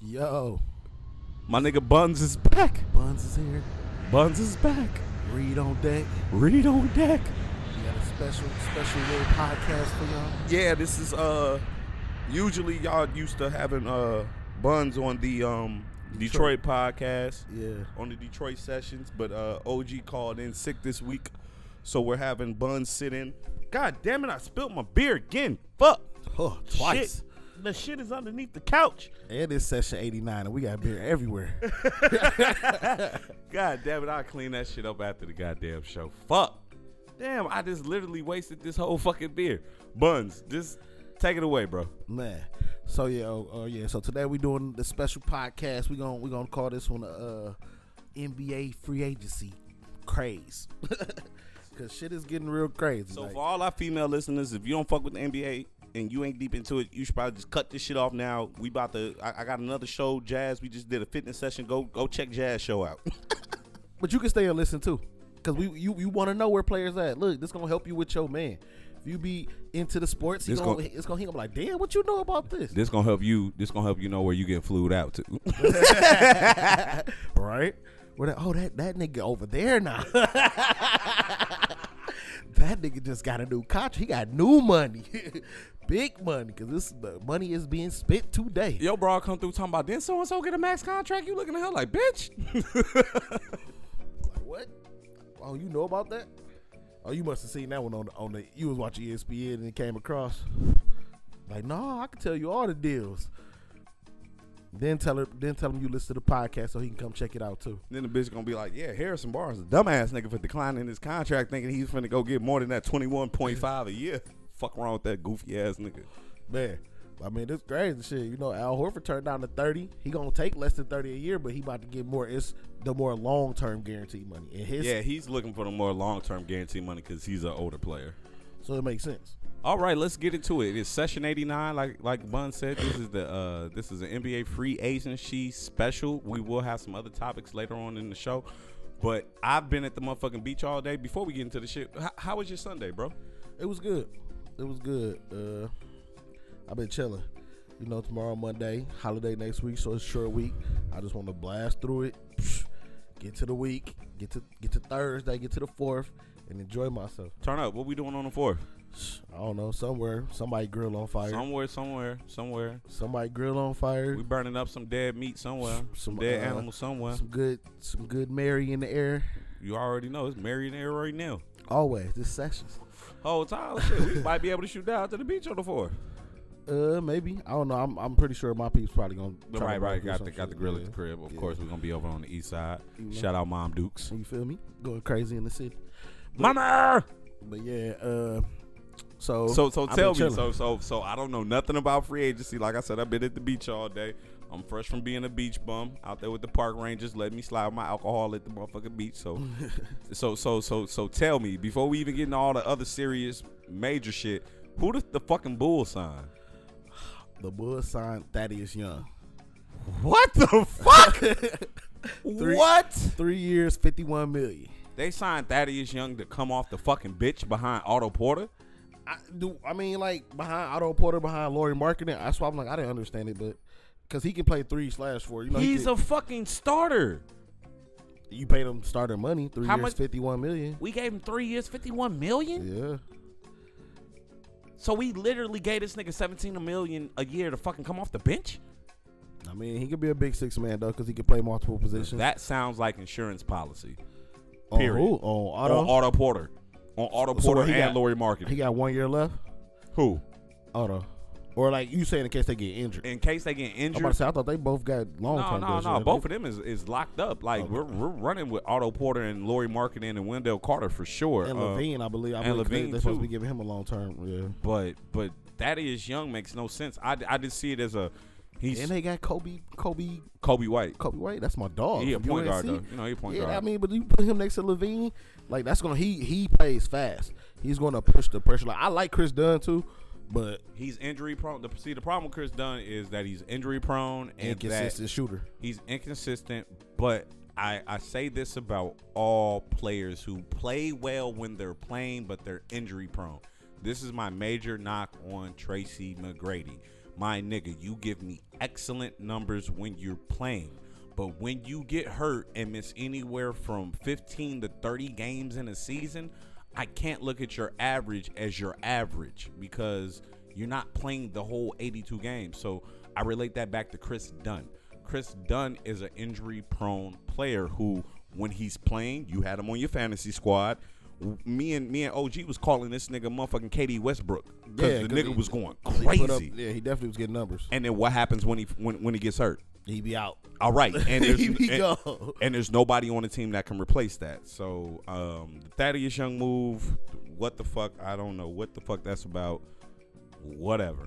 Yo, My nigga Buns is back. Buns is here. Buns is back. Reed on deck. Read on deck. We got a special, special little podcast for y'all. Yeah, this is uh usually y'all used to having uh Buns on the um Detroit, podcast. Yeah. On the Detroit sessions, but uh OG called in sick this week. So we're having Buns sit in. God damn it, I spilled my beer again. Fuck. Oh, twice. Shit. The shit is underneath the couch. And it's session 89, and we got beer everywhere. God damn it, I'll clean that shit up after the goddamn show. Fuck. Damn, I just literally wasted this whole fucking beer. Buns, just take it away, bro. Man. So yeah, oh, oh, yeah. So today we doing the special podcast. We gonna we gonna call this one uh NBA free agency craze, cause shit is getting real crazy. So like, for all our female listeners, if you don't fuck with the NBA and you ain't deep into it, you should probably just cut this shit off now. We about to I, I got another show, Jazz. We just did a fitness session. Go go check Jazz show out. but you can stay and listen too, cause we you, you want to know where players at. Look, this gonna help you with your man. If you be into the sports, he This gonna, gon- it's gonna he gonna be like, damn, what you know about this? this gonna help you this gonna help you know where you get flued out to. right? Where that, oh, that, that nigga over there now. that nigga just got a new contract. He got new money, big money, because this the money is being spent today. Yo, bro, I come through talking about didn't so and so get a max contract? You looking at her like bitch? Like, what? Oh, you know about that? Oh, you must have seen that one on the, on the. You was watching E ESPN and it came across. Like, no, I can tell you all the deals. Then tell her. Then tell him you listen to the podcast so he can come check it out too. Then the bitch gonna be like, yeah, Harrison Barnes is a dumbass nigga for declining his contract, thinking he's finna go get more than that twenty one point five a year. Fuck wrong with that goofy ass nigga. Man, I mean, this crazy shit. You know, Al Horford turned down the thirty. He gonna take less than thirty a year, but he about to get more. It's the more long term guaranteed money. And his Yeah, he's looking for the more long term guarantee money because he's an older player. so it makes sense. All right, let's get into it. It's session eighty nine. Like like Bun said, this is the uh, this is an NBA free agency special. We will have some other topics later on in the show. But I've been at the motherfucking beach all day. Before we get into the shit, how, how was your Sunday, bro? It was good. It was good. Uh, I've been chilling. You know, tomorrow Monday, holiday next week, so it's a short week. I just want to blast through it, get to the week, get to get to Thursday, get to the fourth, and enjoy myself. Turn up. What we doing on the fourth? I don't know, somewhere, somebody grill on fire, Somewhere, somewhere, somewhere. somebody grill on fire, We burning up some dead meat somewhere, Some, some dead uh, animal somewhere. some good, some good Mary in the air. You already know it's married there right now. Always, this sessions. Whole time, shit, we might be able to shoot down to the beach on the fourth. Uh, maybe I don't know. I'm, I'm pretty sure my peeps probably gonna. try Right, to right. do Got some the shit. got the grill at Yeah. the crib. Of Yeah. course, we're gonna be over on the east side. You know. Shout out, Mom Dukes. You feel me? Going crazy in the city, Mama. but yeah. Uh, so So so I've been tell me. chilling. So so so I don't know nothing about free agency. Like I said, I've been at the beach all day. I'm fresh from being a beach bum out there with the park rangers. Let me slide my alcohol at the motherfucking beach. So so so so so tell me before we even get into all the other serious major shit. Who the, the fucking bull sign? the Bulls signed Thaddeus Young. What the fuck? What? Three years, fifty-one million. They signed Thaddeus Young to come off the fucking bitch behind Otto Porter. I do. I mean, like behind Otto Porter, behind Laurie Marketing. That's why I'm like, I didn't understand it, but because he can play three slash four. You know, He's a fucking starter. a you paid him starter money. Three How years, much- fifty-one million. We gave him three years, fifty-one million. Yeah. So we literally gave this nigga seventeen million a year to fucking come off the bench. I mean, he could be a big six man though, because he could play multiple positions. That sounds like insurance policy on period. who? On Otto. on Otto Porter, on Otto So what, Porter he and got- Lori Market. He got one year left. Who? Otto. Or like you saying, in case they get injured. In case they I'm get about to injured. say, I thought they both got long No, term. no, no. Both of them is, is locked up. Like we're, we're running with Otto Porter and Lori Market and Wendell Carter for sure. And Uh, Levine, I believe. I and believe 'cause they- Levine, they're supposed to be too. giving him a long term. Yeah. but but Thaddeus Young makes no sense. I, I just see it as a he's And they got Kobe, Kobe, Kobe White. Kobe White. That's my dog. He a from point guard UNC. though. You know he a point yeah, guard. I mean, but you put him next to Levine, like that's gonna he he plays fast. He's gonna push the pressure. Like I like Chris Dunn too, but he's injury prone. The, see the problem with Chris Dunn is that he's injury prone and that inconsistent shooter. he's inconsistent. But I I say this about all players who play well when they're playing, but they're injury prone. This is my major knock on Tracy McGrady. My nigga, you give me excellent numbers when you're playing. But when you get hurt and miss anywhere from 15 to 30 games in a season, I can't look at your average as your average because you're not playing the whole 82 games. So I relate that back to Chris Dunn. Chris Dunn is an injury prone player who, when he's playing, you had him on your fantasy squad. Me and me and OG was calling this nigga motherfucking KD Westbrook because Yeah, the 'cause nigga he- was going He put up- crazy. yeah, he definitely was getting numbers. and then what happens when he when, when he gets hurt? He be out. All right, and there's, He be and- gone. and there's nobody on the team that can replace that. So um, the Thaddeus Young move, what the fuck? I don't know what the fuck that's about. Whatever.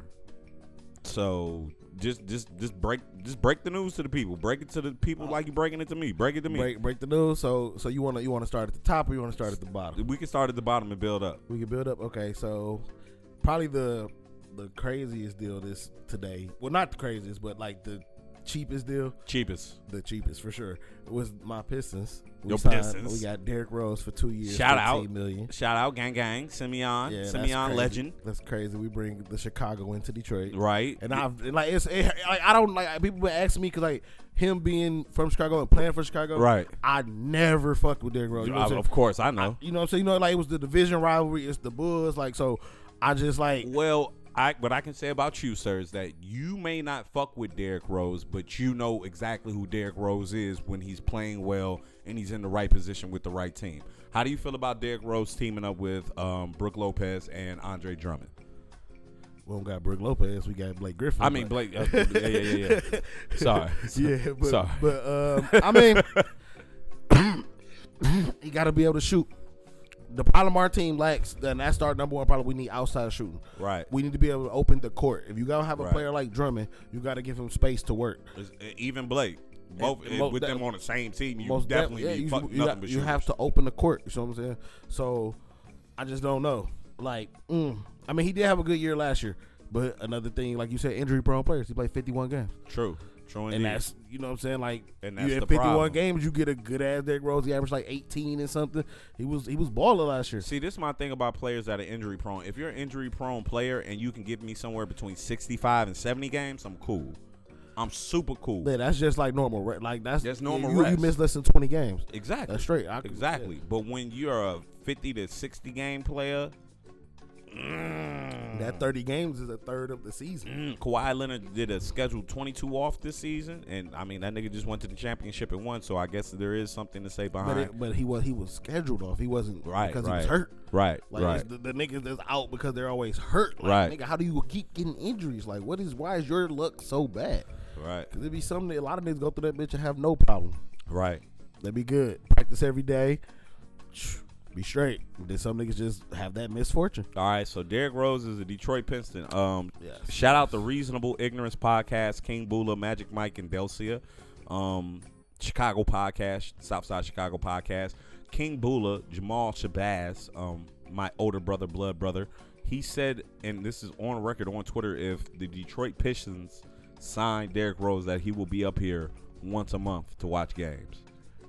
So just just just break just break the news to the people. Break it to the people like you breaking it to me. Break it to me. Break break the news. So so you wanna you wanna start at the top or you wanna start at the bottom? We can start at the bottom and build up. We can build up. Okay, so probably the the craziest deal this today. Well, not the craziest, but like the cheapest deal, Cheapest. the cheapest for sure was my Pistons. We Your signed- Pistons. We got Derrick Rose for two years. Shout out. 15 million. Shout out gang gang Simeon that's Simeon crazy. legend. That's crazy. We bring the Chicago into Detroit. Right. And I've and like it's it, like I don't like people been asking me because like him being from Chicago and playing for Chicago, Right. I never fucked with Derrick Rose. You know what I'm I- saying? of course I know. You know what I'm saying? You know, like it was the division rivalry. It's the Bulls. Like so, I just like Well, I what I can say about you, sir, is that you may not fuck with Derrick Rose, but you know exactly who Derrick Rose is when he's playing well and he's in the right position with the right team. How do you feel about Derrick Rose teaming up with um, Brooke Lopez and Andre Drummond? we don't got Brooke Lopez. We got Blake Griffin. I mean, but- Blake. uh, yeah, yeah, yeah, yeah. Sorry. yeah, but Sorry. but um, I mean, you got to be able to shoot. The problem our team lacks, then that's our number one problem. We need outside shooting. Right. We need to be able to open the court. If you gotta have a Right. player like Drummond, you got to give him space to work. It's- uh, Even Blake. Both eh, And mo- with that- them on the same team, you Most definitely definitely, yeah, need you, fuck, you nothing got- but you shooters. have to open the court. You know what I'm saying? So, I just don't know. Like, mm, I mean, he did have a good year last year, but another thing, like you said, injury prone players. He played 51 games, True, true, and indeed. that's you know what I'm saying. Like, And that's you the had 51 problem. games, you get a good ass Derrick Rose. He averaged like 18 and something. He was he was balling last year. See, this is my thing about players that are injury prone. If you're an injury prone player and you can give me somewhere between 65 and 70 games, I'm cool. I'm super cool. Yeah, that's just like normal. Right? Like that's That's normal You, you rest. miss less than 20 games. Exactly. That's straight. I, Exactly. But when you're a 50 to 60 game player, yeah. That 30 games is a third of the season. mm, Kawhi Leonard did a scheduled 22 off this season. And I mean, that nigga just went to the championship and won. So I guess there is something to say But, behind it, but he was he was scheduled off. He wasn't Right, because right. he was hurt. Right, Like right. it's the, the niggas that's out because they're always hurt. Like, Right. Nigga, how do you keep getting injuries? Like, what is why is your luck so bad? right, Cause it be something that a lot of niggas go through that bitch and have no problem. right. They be good. Practice every day. Be straight. Then some niggas just have that misfortune. All right, so Derrick Rose is a Detroit Piston. Um, Yes. shout out the Reasonable Ignorance podcast, King Bula, Magic Mike, and Delcia. Um, Chicago podcast, Southside Chicago podcast. King Bula, Jamal Shabazz, um, my older brother, blood brother. He said, and this is on record on Twitter, if the Detroit Pistons sign Derrick Rose, that he will be up here once a month to watch games.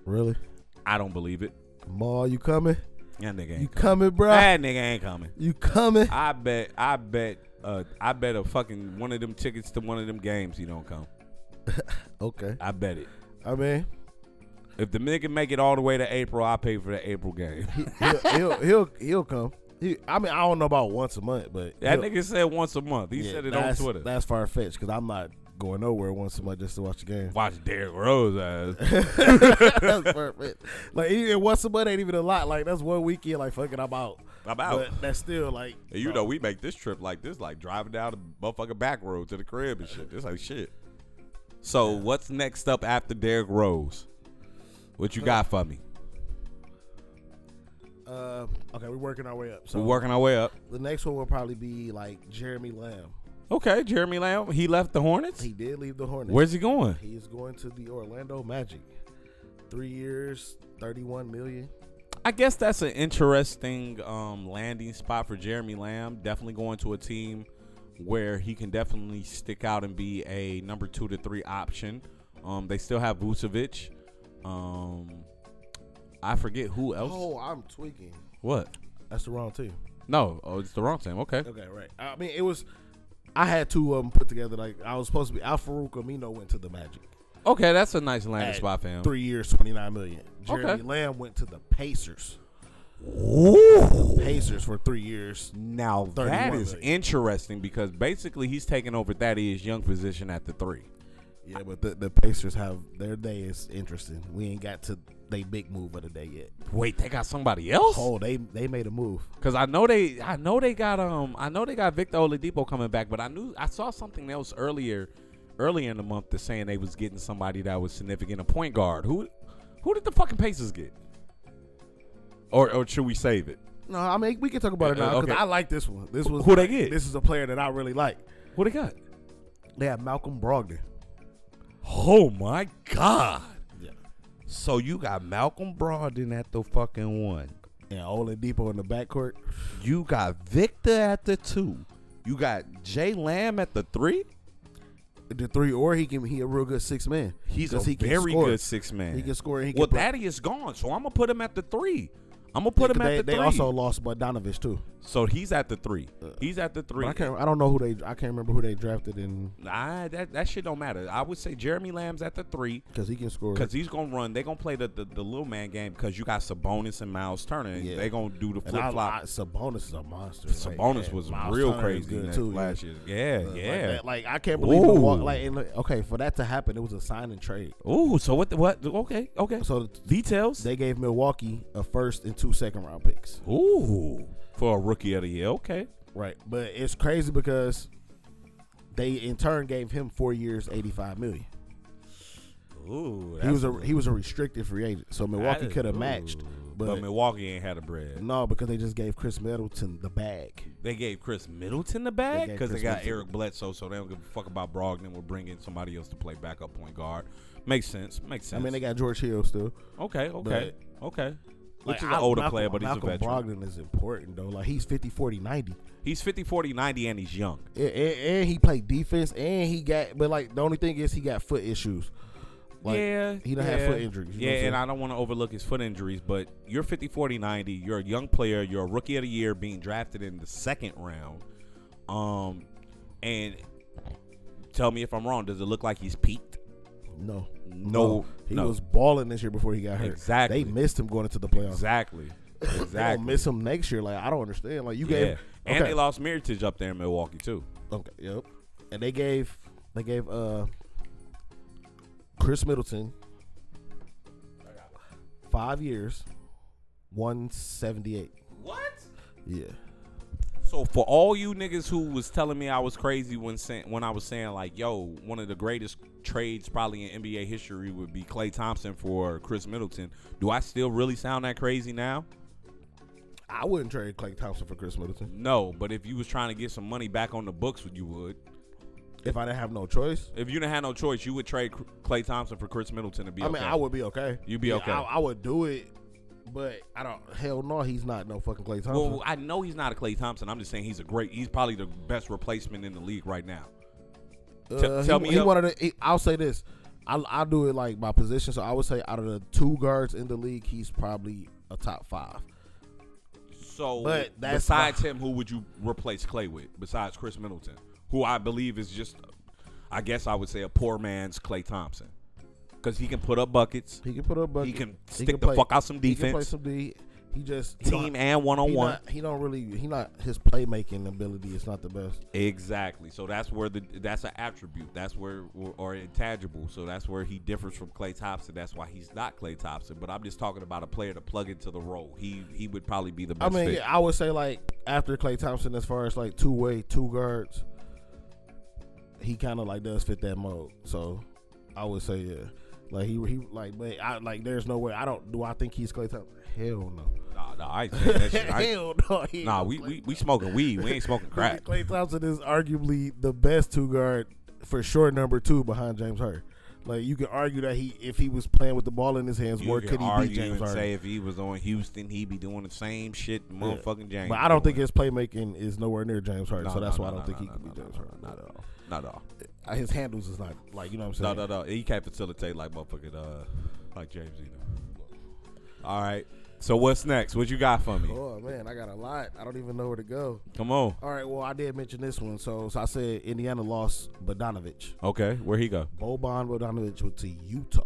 Really? I don't believe it. Ma, you coming? That nigga You ain't. coming, bro? That nigga ain't coming. You coming? I bet, I bet, uh, I bet a fucking one of them tickets to one of them games he don't come. Okay. I bet it. I mean, If the nigga make it all the way to April, I pay for the April game. he'll he'll he'll, he'll come. He, I mean, I don't know about once a month, but That he'll- nigga said once a month. He yeah, said it on that's- Twitter. That's far fetched because I'm not going nowhere once a month just to watch the game. Watch Derrick Rose ass. that's perfect. Like even once a month ain't even a lot. Like that's one weekend. Like fucking, I'm out. I'm out. But that's still like And you know, we make this trip like this, like driving down the motherfucking back road to the crib and shit. It's like shit. So what's next up after Derrick Rose? What you got for me? Uh, okay, we're working our way up. So We're working our way up. the next one will probably be like Jeremy Lamb. Okay, Jeremy Lamb. He left the Hornets. He did leave the Hornets. Where's he going? he is going to the Orlando Magic. Three years, thirty-one million. I guess that's an interesting um, landing spot for Jeremy Lamb. Definitely going to a team where he can definitely stick out and be a number two to three option. Um, they still have Vucevic. Um, I forget who else. Oh, I'm tweaking. What? That's the wrong team. No, oh, it's the wrong team. Okay. Okay, right. I mean, it was I had two of them put together. Like I was supposed to be. Al Farouk Amino went to the Magic. Okay, that's a nice landing At spot for him. Three years, twenty nine million. Jeremy Okay. Lamb went to the Pacers. Pacers for three years. Now 31 that is million. interesting because basically he's taking over Thaddeus Young position at the three. Yeah, but the, the Pacers have their day is interesting. We ain't got to they big move of the day yet. Wait, they got somebody else? Oh, they they made a move. Because I know they, I know they got um, I know they got Victor Oladipo coming back, but I knew I saw something else earlier, earlier in the month that's saying they was getting somebody that was significant, a point guard. Who, who did the fucking Pacers get? Or or should we save it? No, I mean we can talk about it Uh, now because okay. I like this one. This was Who they get? This is a player that I really like. Who they got? They have Malcolm Brogdon. Oh my god! Yeah. So you got Malcolm Brogdon at the fucking one. And Oladipo in the backcourt. You got Victor at the two. You got Jay Lamb at the three. The three or he can he a real good six man. He's a 'Cause he can very score. good six man. He can score and he well, can Daddy is gone, so I'm gonna put him at the three. I'm gonna put him they, at the they three. also lost Bogdanovich too. so he's at the three. He's at the three. But I can't I don't know who they I can't remember who they drafted in Nah, that that shit don't matter. I would say Jeremy Lamb's at the three because he can score. because he's gonna run. They gonna play the, the the little man game because you got Sabonis and Miles Turner. And Yeah. They gonna do the And flip I- I- flop. Sabonis is a monster. Like, Sabonis man, was Miles real Turner is crazy in that yeah. last year. Yeah, Uh, yeah. Like, that- like, I can't believe Ooh. Milwaukee. Like, and look, okay, for that to happen, it was a sign and trade. Ooh, so what? The, what? Okay, okay. So Details. they gave Milwaukee a first and two second round picks. Ooh, for a rookie of the year. Okay. Right, but it's crazy because they in turn gave him four years, eighty five million. Ooh, He was a he was a restricted free agent, so Milwaukee could have matched, but, Mm. Milwaukee ain't had a bread. no, because they just gave Chris Middleton the bag. They gave Chris Middleton the They bag gave because they, Chris got Middleton. Eric Bledsoe, so they don't give a fuck about Brogdon. We're bringing somebody else to play backup point guard. Makes sense. Makes I sense. mean, they got George Hill still, okay, okay, okay. Like, Which is an I- older Malcolm- player, but he's Malcolm a veteran. Brogdon is important though. Like he's 50, 40, 90. He's 50, 40, 90, and he's young. and, and- and he played defense, and he got. But like the only thing is he got foot issues. Like, yeah, he done yeah. had foot injuries, you know Yeah, what I'm saying? and I don't want to overlook his foot injuries, but you're 50, 40, 90. You're a young player. You're a rookie of the year being drafted in the second round. Um, And tell me if I'm wrong. Does it look like he's peaked? No, No, he no. was balling this year before he got hurt. Exactly. they missed him going into the playoffs. Exactly. They gonna Exactly. miss him next year. Like I don't understand. Like you yeah. gave, And okay, they lost Meritage up there in Milwaukee, too. okay, yep, and they gave, they gave uh, Chris Middleton five years, one seventy eight. What? Yeah, So for all you niggas who was telling me I was crazy when saying when I was saying like, yo, one of the greatest trades probably in NBA history would be Clay Thompson for Chris Middleton. Do I still really sound that crazy now? I wouldn't trade Clay Thompson for Chris Middleton No, but if you was trying to get some money back on the books, you would. if I didn't have no choice. If you didn't have no choice, you would trade Clay Thompson for Chris Middleton to be. I mean, okay. I would be okay. You'd be Yeah, okay. I, I would do it, but I don't. Hell no, he's not no fucking Clay Thompson. Well, I know he's not a Clay Thompson. I'm just saying he's a great. He's probably the best replacement in the league right now. Uh, tell- he- tell he, me up- one of the. he- I'll say this. I I do it like by position. So I would say out of the two guards in the league, he's probably a top five. So, But that's besides why- him, who would you replace Clay with? Besides Chris Middleton, who I believe is just, I guess I would say a poor man's Clay Thompson, because he can put up buckets, He can put up buckets. He can stick the fuck out some He can play defense. some D. He just he team don't- and one on he one. not- He don't really. He not his playmaking ability is not the best. Exactly. So that's where the that's an attribute. That's where or, or intangible. So that's where he differs from Clay Thompson. That's why he's not Clay Thompson. But I'm just talking about a player to plug into the role. He he would probably be the I best. mean, fit. yeah, I would say like after Clay Thompson, as far as like two way, two guards, he kind of like does fit that mold. So I would say yeah, like he he like but I like there's no way I don't do I think he's Clay Thompson? Hell no. Nah, nah, I ain't saying that shit. I ain't- Hell no. he ain't nah, no we, Klay we we smoking weed. We ain't smoking Thompson. crack. Klay Thompson is arguably the best two guard for sure, number two behind James Harden. Like you could argue that he, if he was playing with the ball in his hands, You where can could he argue be James and Harden? say if he was on Houston, he'd be doing the same shit, motherfucking James. But I don't doing. think his playmaking is nowhere near James Harden, No, so that's no, why no, I don't no, think no, he could no, be no, James no, Harden. no, no, no, Not at all. Uh, His handles is not like you know what I'm No, saying. no, no. He can't facilitate like motherfucking uh like James either. All right. So what's next? What you got for me? Oh man, I got a lot. I don't even know where to go. Come on. All right, well I did mention this one. So, so I said Indiana lost Bodanovich. Okay, where he go? Boban Bodanovich went to Utah.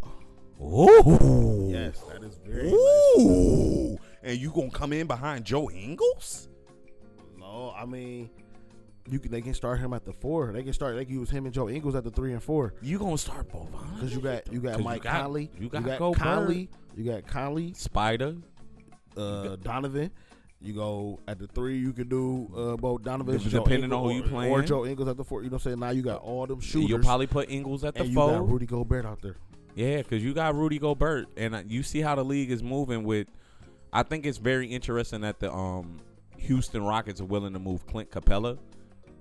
Ooh. Yes, that is very. Ooh. And you gonna come in behind Joe Ingles? No, I mean, you can they can start him at the four. They can start they can use him and Joe Ingles at the three and four You gonna start Boban? because you got you 'Cause got you Mike got- Conley, you got Gobert. Conley, you got Conley, Spider. uh, Donovan. You go at the three. You can do uh, both Donovan, Dep- Joe depending Ingles on who you or- playing. or Joe Ingles at the four. You know what I'm saying? Now you got all them shooters. You'll probably put Ingles at the and you four. got Rudy Gobert out there. Yeah, because you got Rudy Gobert, and uh, you see how the league is moving. With, I think it's very interesting that the um Houston Rockets are willing to move Clint Capella,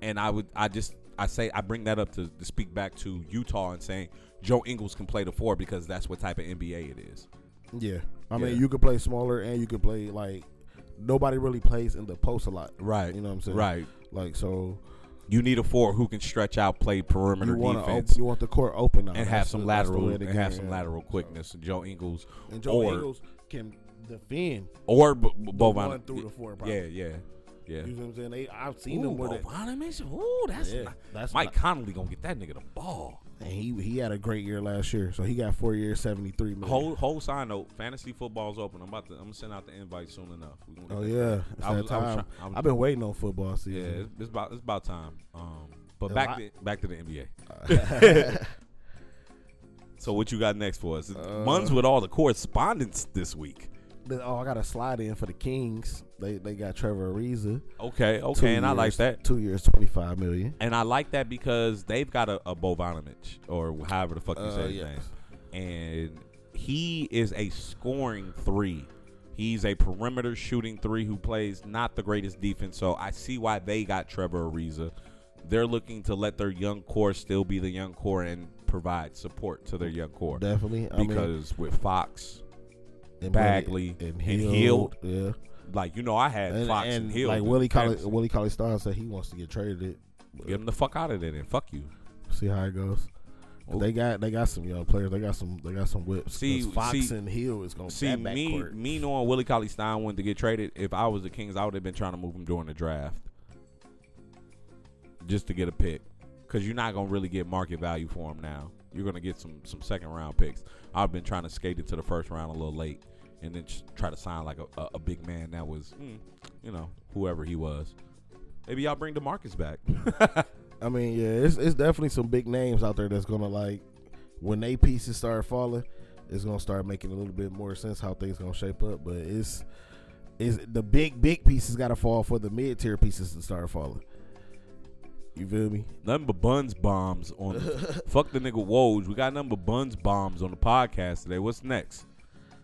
and I would I just I say I bring that up to, to speak back to Utah and saying Joe Ingles can play the four because that's what type of NBA it is. Yeah, I Yeah. mean you could play smaller and you could play like nobody really plays in the post a lot. Right. You know what I'm saying? Right. Like so, You need a four who can stretch out, play perimeter you want to defense, you want the court open now and That's have the- some that's the lateral way and the have game some is. lateral quickness. Joe Ingles And Joe or- Ingles can defend or B- B- the one Boban. through the four. Probably. Yeah, yeah, yeah. You know what I'm saying? They, I've seen Ooh, them with it. Bogdanovich? Ooh, that's Yeah, not- that's Mike not- Conley gonna get that nigga the ball. And he he had a great year last year, so he got four years, seventy three million. Whole whole side note, fantasy football's open. I'm about to I'm gonna send out the invite soon enough. We gonna get oh that yeah, done. it's I that was- I was time. try- I was- I've been waiting on football yeah, season. it's, it's about it's about time. Um, but Yeah, back I- to, back to the NBA. So what you got next for us? Uh, Muns with all the correspondence this week. But, oh, I got a slide in for the Kings. They they got Trevor Ariza. Okay, Two okay, and I like years- that. Two years, twenty five million. And I like that because they've got a, a Bovanovic or however the fuck you Uh, say his yes. name. And he is a scoring three. He's a perimeter shooting three who plays not the greatest defense. So I see why they got Trevor Ariza. They're looking to let their young core still be the young core and provide support to their young core. Definitely. I mean, because with Fox, and Bagley Buddy- and Hield, Yeah. like you know, I had And, Fox and, and Hill. like in Willie Colley, fantasy. Willie Colley Stein said he wants to get traded. get him the fuck out of there and fuck you. See how it goes. But Oh. They got they got some young players. They got some they got some whips. See- 'Cause Fox see- and Hill is gonna See that me, backcourt. me knowing Willie Cauley Stein wanted to get traded. If I was the Kings, I would have been trying to move him during the draft, just to get a pick, because you're not gonna really get market value for him now. You're gonna get some some second round picks. I've been trying to skate it to the first round a little late, and then just try to sign like a, a, a big man that was, mm, you know, whoever he was. Maybe y'all bring Demarcus back. I mean, yeah, it's it's definitely some big names out there that's gonna like when they pieces start falling, it's gonna start making a little bit more sense how things gonna shape up. But it's it's the big big pieces gotta fall for the mid tier pieces to start falling. You feel me? nothing but buns bombs on. The, fuck the nigga Woj. We got nothing but buns bombs on the podcast today. What's next?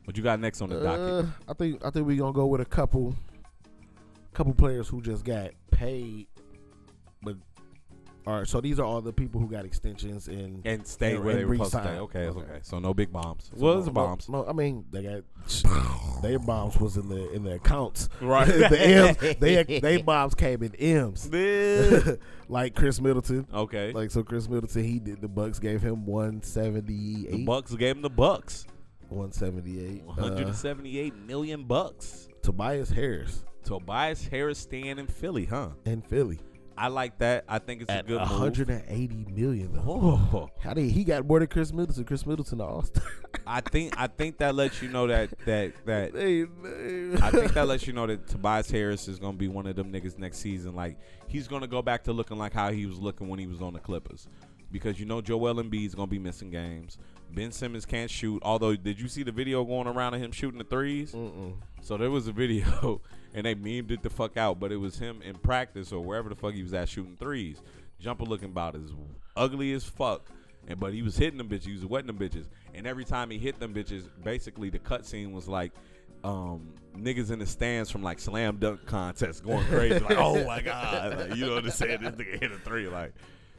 What you got next on the docket? Uh, I think I think we gonna go with a couple, couple players who just got paid, but all right. So these are all the people who got extensions and. And stay and- where and they were supposed to stay. re-sign. Okay, okay, Okay. So no big bombs. well, it's no, bombs. No, no, I mean they got their bombs was in the in the accounts. Right. the M's, they they bombs came in M's. This- like Chris Middleton. okay. Like so, Chris Middleton. He did the Bucks gave him one seventy the eight, Bucks gave him the Bucks. one seventy eight. one hundred and seventy-eight million bucks. Tobias Harris Tobias Harris staying in Philly, huh? in Philly I like that. I think it's at a good one move. hundred and eighty million though. Oh, How did he got more than Chris Middleton? Chris Middleton to Austin. I think I think that lets you know that that that Hey, man. I think that lets you know that Tobias Harris is gonna be one of them niggas next season. Like he's gonna go back to looking like how he was looking when he was on the Clippers, because you know Joel Embiid's gonna be missing games. Ben Simmons can't shoot. Although, did you see the video going around of him shooting the 3s Mm-mm. So there was a video, and they memed it the fuck out. But it was him in practice or wherever the fuck he was at shooting threes. Jumper looking about as ugly as fuck. And but he was hitting them bitches. He was wetting them bitches. And every time he hit them bitches, basically the cutscene was like um, niggas in the stands from like slam dunk contests going crazy. like, oh my god, like, you know what I'm saying? This nigga hit a three. Like,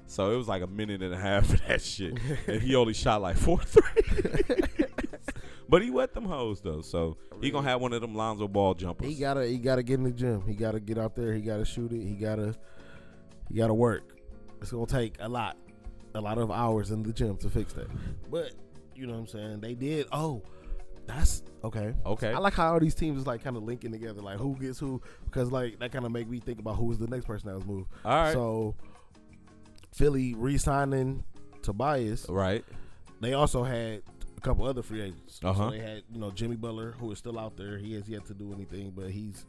so it was like a minute and a half of that shit, and he only shot like four threes. but he wet them hoes though, so he gonna have one of them Lonzo Ball jumpers. He gotta he gotta get in the gym. He gotta get out there. He gotta shoot it. He gotta he gotta work. It's gonna take a lot, a lot of hours in the gym to fix that. But you know what I'm saying? They did. Oh, That's okay. Okay. I like how all these teams is like kind of linking together, like who gets who, because like that kind of make me think about who's the next person that was moved. All right. So Philly re-signing Tobias. right. They also had a couple other free agents. So Uh-huh. they had you know Jimmy Butler who is still out there. He has yet to do anything, but he's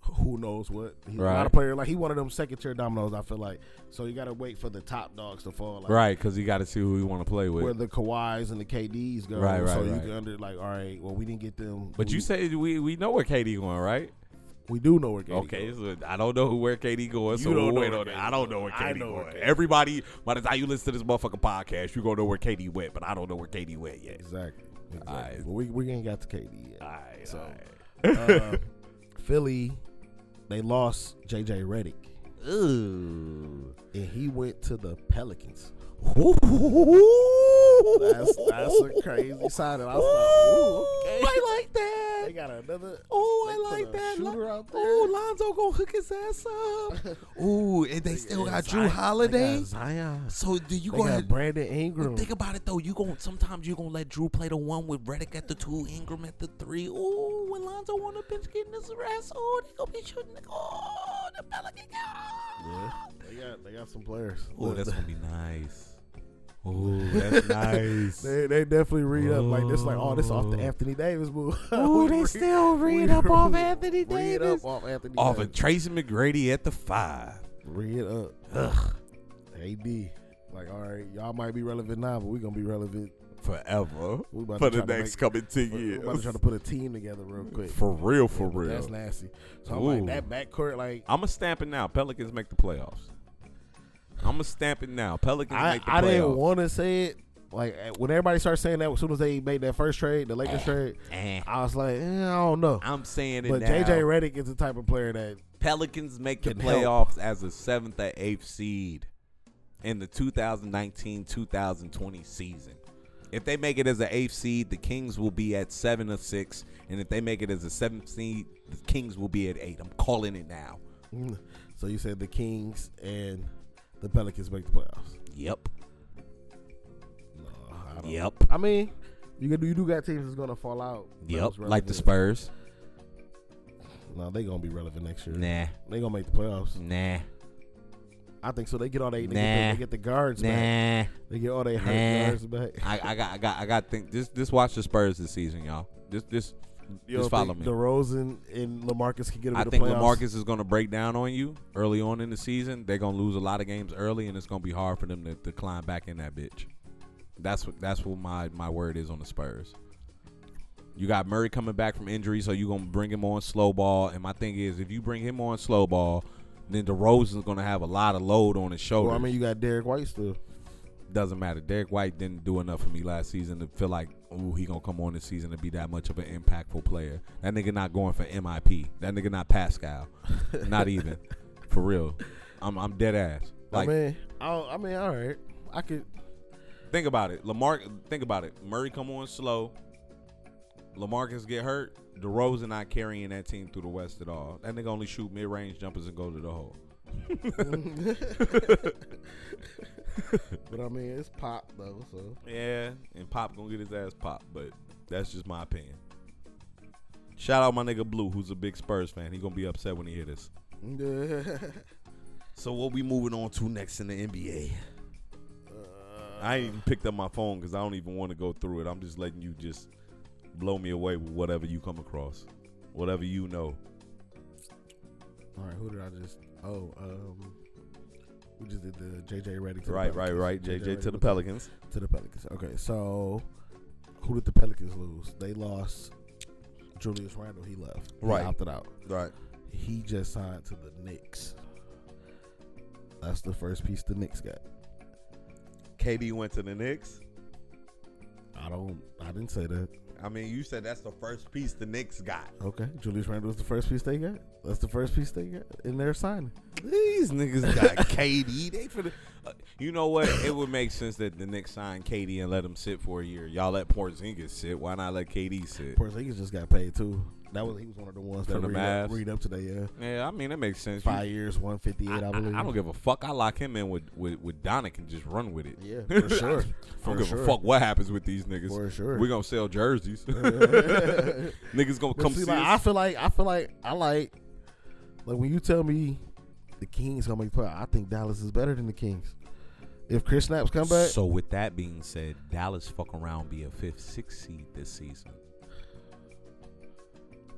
who knows what. He's a lot Right. of player like he one of them second tier dominoes. I feel like so you got to wait for the top dogs to fall. Like, Right, because you got to see who you want to play with. Where the Kawhis and the KDs go, Right, right, so you right. can under like, all right, well, we didn't get them. but we, you say we, we know where KD going, right? we do know where. KD Okay, go. so I don't know who where KD going, so You don't we'll know wait where on it. KD I don't know where I KD know where going. KD Everybody, by the time you listen to this motherfucking podcast, you gonna know where KD went, but I don't know where KD went yet. Exactly. exactly. Alright. But we, we ain't got to KD yet. All right, So- all right. Uh, Philly, they lost JJ Redick, Ooh. and he went to the Pelicans. That's, That's that's a crazy sign. And I was Ooh, like, ooh, okay. I like that. They got another. Oh, they I put like a that. shooter out there. Oh, Lonzo gonna hook his ass up. Oh, and they still Yeah, got Zion- Drew they got Holiday. Zion. So do you They go got ahead? Brandon Ingram. Think about it though. You going to sometimes you gonna let Drew play the one with Reddick at the two, Ingram at the three. Oh, when Lonzo on the bench getting his ass, oh, they gonna be shooting. Oh, the Pelican. Yeah. They got they got some players. Oh, that's gonna be nice. Oh, that's nice. They, they definitely read up like this, like oh, this off the Anthony Davis move. Ooh, We they re- still we read up off re- Anthony Read Davis. up off Anthony. Off of Davis. Tracy McGrady at the five. read up. Ugh, AD. Like, all right, y'all might be relevant now, but we're gonna be relevant. forever. We about For to the try to next make- coming ten we- we about to years. try to put a team together real quick. For real, for But That's real. nasty. So Ooh. I'm like that backcourt, like I'm gonna stamp it now. Pelicans make the playoffs. I'm gonna stamp it now. Pelicans I, make the I playoffs. didn't want to say it. Like at- when everybody starts saying that, as soon as they made that first trade, the Lakers trade, Eh. I was like, eh, I don't know. I'm saying it But now. JJ Redick is the type of player that Pelicans make the can help. playoffs as a seventh or eighth seed in the 2019-2020 season. If they make it as an eighth seed, the Kings will be at seven or six, and if they make it as a seventh seed, the Kings will be at eight. I'm calling it now. Mm. So you said the Kings and the Pelicans make the playoffs. Yep. No, I don't. Yep. I mean, you can do you do got teams that's gonna fall out. but Yep. it's Like the relevant. Spurs. No, they gonna be relevant next year. Nah. They gonna make the playoffs. Nah. I think so. They get all they they, get, Nah. they, get the guards back. Nah. They get all they hurt Nah. guards back. I, I got I got I got think this this watch the Spurs this season, y'all. This this You just don't follow think me. DeRozan and LaMarcus can get them I to the think playoffs. LaMarcus is going to break down on you early on in the season. They're going to lose a lot of games early, and it's going to be hard for them to, to climb back in that bitch. That's what that's what my my word is on the Spurs. You got Murray coming back from injury, so you're going to bring him on slow ball. And my thing is, if you bring him on slow ball, then DeRozan's going to have a lot of load on his shoulders. Well, I mean, you got Derek White still. Doesn't matter. Derek White didn't do enough for me last season to feel like, ooh, he gonna come on this season to be that much of an impactful player. That nigga not going for MIP. That nigga not Pascal. Not even. For real. I'm I'm dead ass. Like I mean, I, I mean, all right. I could. think about it. Lamar think about it. Murray come on slow. Lamarcus get hurt. DeRozan not carrying that team through the West at all. That nigga only shoot mid range jumpers and go to the hole. But I mean, it's pop though. So Yeah, and Pop gonna get his ass popped, but that's just my opinion. Shout out my nigga Blue, who's a big Spurs fan. He gonna be upset when he hear this. So what we moving on to next in the NBA? I ain't even picked up my phone because I don't even want to go through it. I'm just letting you just blow me away with whatever you come across, whatever you know. All right, who did I just? Oh, um, we just did the JJ Redick. to the Right, right, Pelicans. right. JJ to the Redick Pelicans. To the Pelicans. Okay, so who did the Pelicans lose? They lost Julius Randle. He left. He Right. opted out. Right. He just signed to the Knicks. That's the first piece the Knicks got. KD went to the Knicks. I don't. I didn't say that. I mean, you said that's the first piece the Knicks got. Okay, Julius Randle is the first piece they got. That's the first piece they got in their signing. These niggas got KD. They for the, uh, you know what? It would make sense that the Knicks sign KD and let him sit for a year. Y'all let Porzingis sit. Why not let KD sit? Porzingis just got paid too. That was he was one of the ones that From the read up, Mavs. read up today. Yeah, Yeah, I mean that makes sense. You- five years, one fifty eight, I, believe. I, don't give a fuck. I lock him in with with, with Donick and just run with it. Yeah, for sure. I don't For give sure. a fuck what happens with these niggas. For sure. We're gonna sell jerseys. niggas gonna But come see, see, like, I us. feel like I feel like I like like when you tell me the Kings gonna make play. I think Dallas is better than the Kings. If Chris Snaps come back, So with that being said, Dallas fuck around be a fifth, sixth seed this season.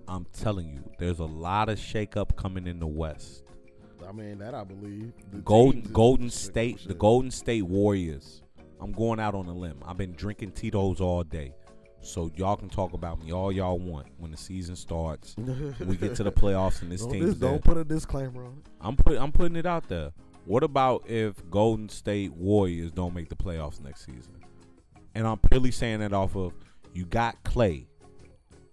I'm telling you, there's a lot of shakeup coming in the West. I mean that I believe. The Golden teams is- Golden shit, State, the shit. Golden State Warriors. I'm going out on a limb. I've been drinking Tito's all day. So y'all can talk about me all y'all want when the season starts. we get to the playoffs and this Don't, team's this, there. don't put a disclaimer on it. I'm put I'm putting it out there. What about if Golden State Warriors don't make the playoffs next season? And I'm purely saying that off of you got Clay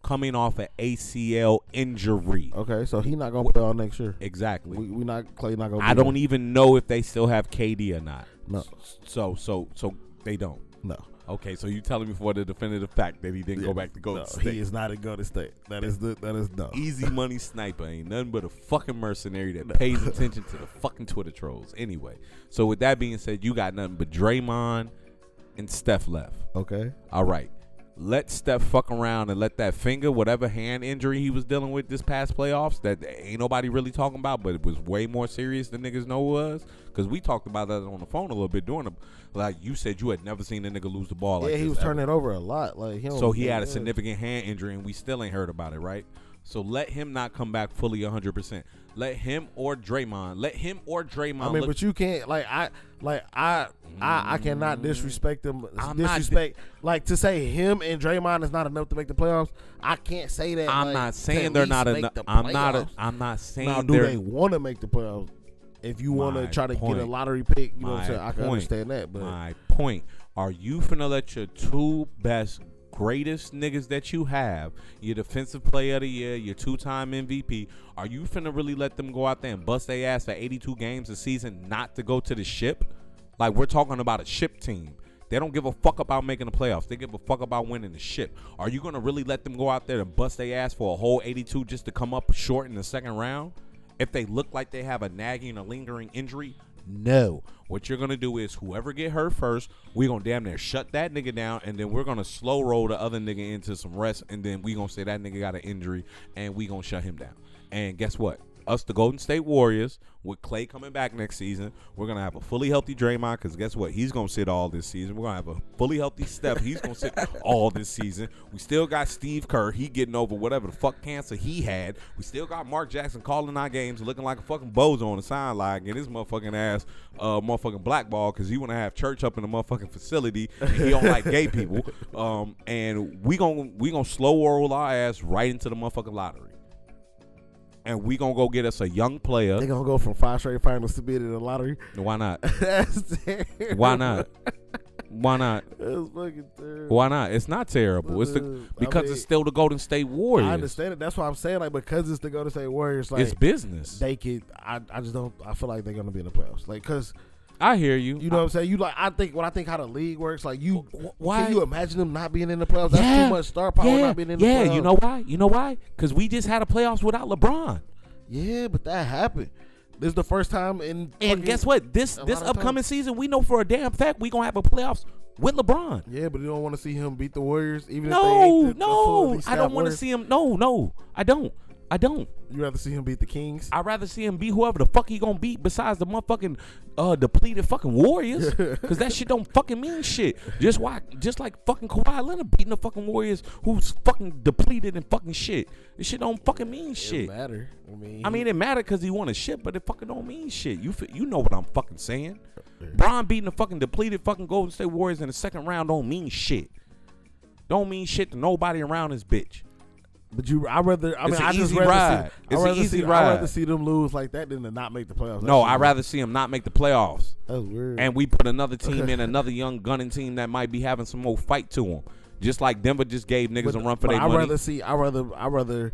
coming off an ACL injury. Okay, so he not gonna play all next year. Exactly. We, we not Clay not gonna. I be don't even know if they still have KD or not. No. So so so they don't. No, Okay, so you telling me for the definitive fact that he didn't go back to Golden No, State? He is not at Golden State. That is the that is no. Easy money sniper ain't nothing but a fucking mercenary that pays attention to the fucking Twitter trolls. Anyway, so with that being said, you got nothing but Draymond and Steph left. Okay, All right, let Steph fuck around and let that finger, whatever hand injury he was dealing with this past playoffs, that ain't nobody really talking about, but it was way more serious than niggas know it was. Because we talked about that on the phone a little bit during the, like you said, you had never seen a nigga lose the ball. like yeah, he this was ever. turning it over a lot. Like he don't, So he had a Oh, yeah. significant hand injury, and we still ain't heard about it, right? So let him not come back fully 100%. Let him or Draymond, let him or Draymond. I mean, look- but you can't like I like I I, I cannot disrespect them. Mm. I'm not di- disrespect like to say him and Draymond is not enough to make the playoffs. I can't say that. I'm like, not to saying at they're least not make enough. the I'm not. A, playoffs. I'm not saying Now, do they're. they want to make the playoffs? If you want to My try to point. get a lottery pick, you know what my I'm saying. I can point, understand that, but my point. Are you finna let your two best, greatest niggas that you have, your defensive player of the year, your two-time MVP, are you finna really let them go out there and bust their ass for 82 games a season not to go to the ship? Like we're talking about a ship team. They don't give a fuck about making the playoffs. They give a fuck about winning the ship. Are you gonna really let them go out there and bust their ass for a whole 82 just to come up short in the second round? If they look like they have a nagging or lingering injury, no. What you're gonna do is whoever get hurt first, we gonna damn near shut that nigga down, and then we're gonna slow roll the other nigga into some rest, and then we gonna say that nigga got an injury, and we gonna shut him down. And guess what? Us, the Golden State Warriors, with Clay coming back next season, we're gonna have a fully healthy Draymond. Because guess what? He's gonna sit all this season. We're gonna have a fully healthy Steph. He's gonna sit all this season. We still got Steve Kerr. He getting over whatever the fuck cancer he had. We still got Mark Jackson calling our games, looking like a fucking bozo on the sideline, getting his motherfucking ass uh motherfucking blackball because he wanna have church up in the motherfucking facility. And he don't like gay people. Um, and we gonna we gonna slow roll our ass right into the motherfucking lottery. And we gonna go get us a young player. they gonna go from five straight finals to being in the lottery. Why not? That's Why terrible. not? Why not? That's fucking terrible. Why not? It's not terrible. It's Uh, the I because mean, it's still the Golden State I Warriors. understand it. That's why I'm saying like because it's the Golden State Warriors. Like it's business. they could. I, I just don't. I feel like they're gonna be in the playoffs. Like because I hear you. you know what I'm saying. You like I think when I think how the league works. Like you, Wh- why- can you imagine them not being in the playoffs? That's Yeah. too much star power yeah, not being in the yeah. playoffs. You know why? You know why? Because we just had a playoffs without LeBron. Yeah, but that happened. This is the first time in. And guess what? This a this lot of upcoming season, we know for a damn fact we gonna have a playoffs with LeBron. Yeah, but you don't want to see him beat the Warriors. Even if they No, ain't the- the fully no, I staffed don't want to Warriors. see him. No, no, I don't. I don't. You rather see him beat the Kings. I'd rather see him beat whoever the fuck he gonna beat besides the motherfucking uh, depleted fucking Warriors, because that shit don't fucking mean shit. Just why? Just like fucking Kawhi Leonard beating the fucking Warriors, who's fucking depleted and fucking shit. This shit don't fucking mean It shit. matter. I mean, I mean, it matter because he won a shit, but it fucking don't mean shit. You fe- you know what I'm fucking saying? Bron beating the fucking depleted fucking Golden State Warriors in the second round don't mean shit. Don't mean shit to nobody around this bitch. but you. I rather. I It's mean, an I just easy rather ride. see. It's I an rather easy see, I rather ride. see them lose like that than to not make the playoffs. No, That I'd shit- rather see him not make the playoffs. That's weird. and we put another team in, another young gunning team that might be having some more fight to them. Just like Denver just gave niggas a run for their I money. rather see. I rather. I rather.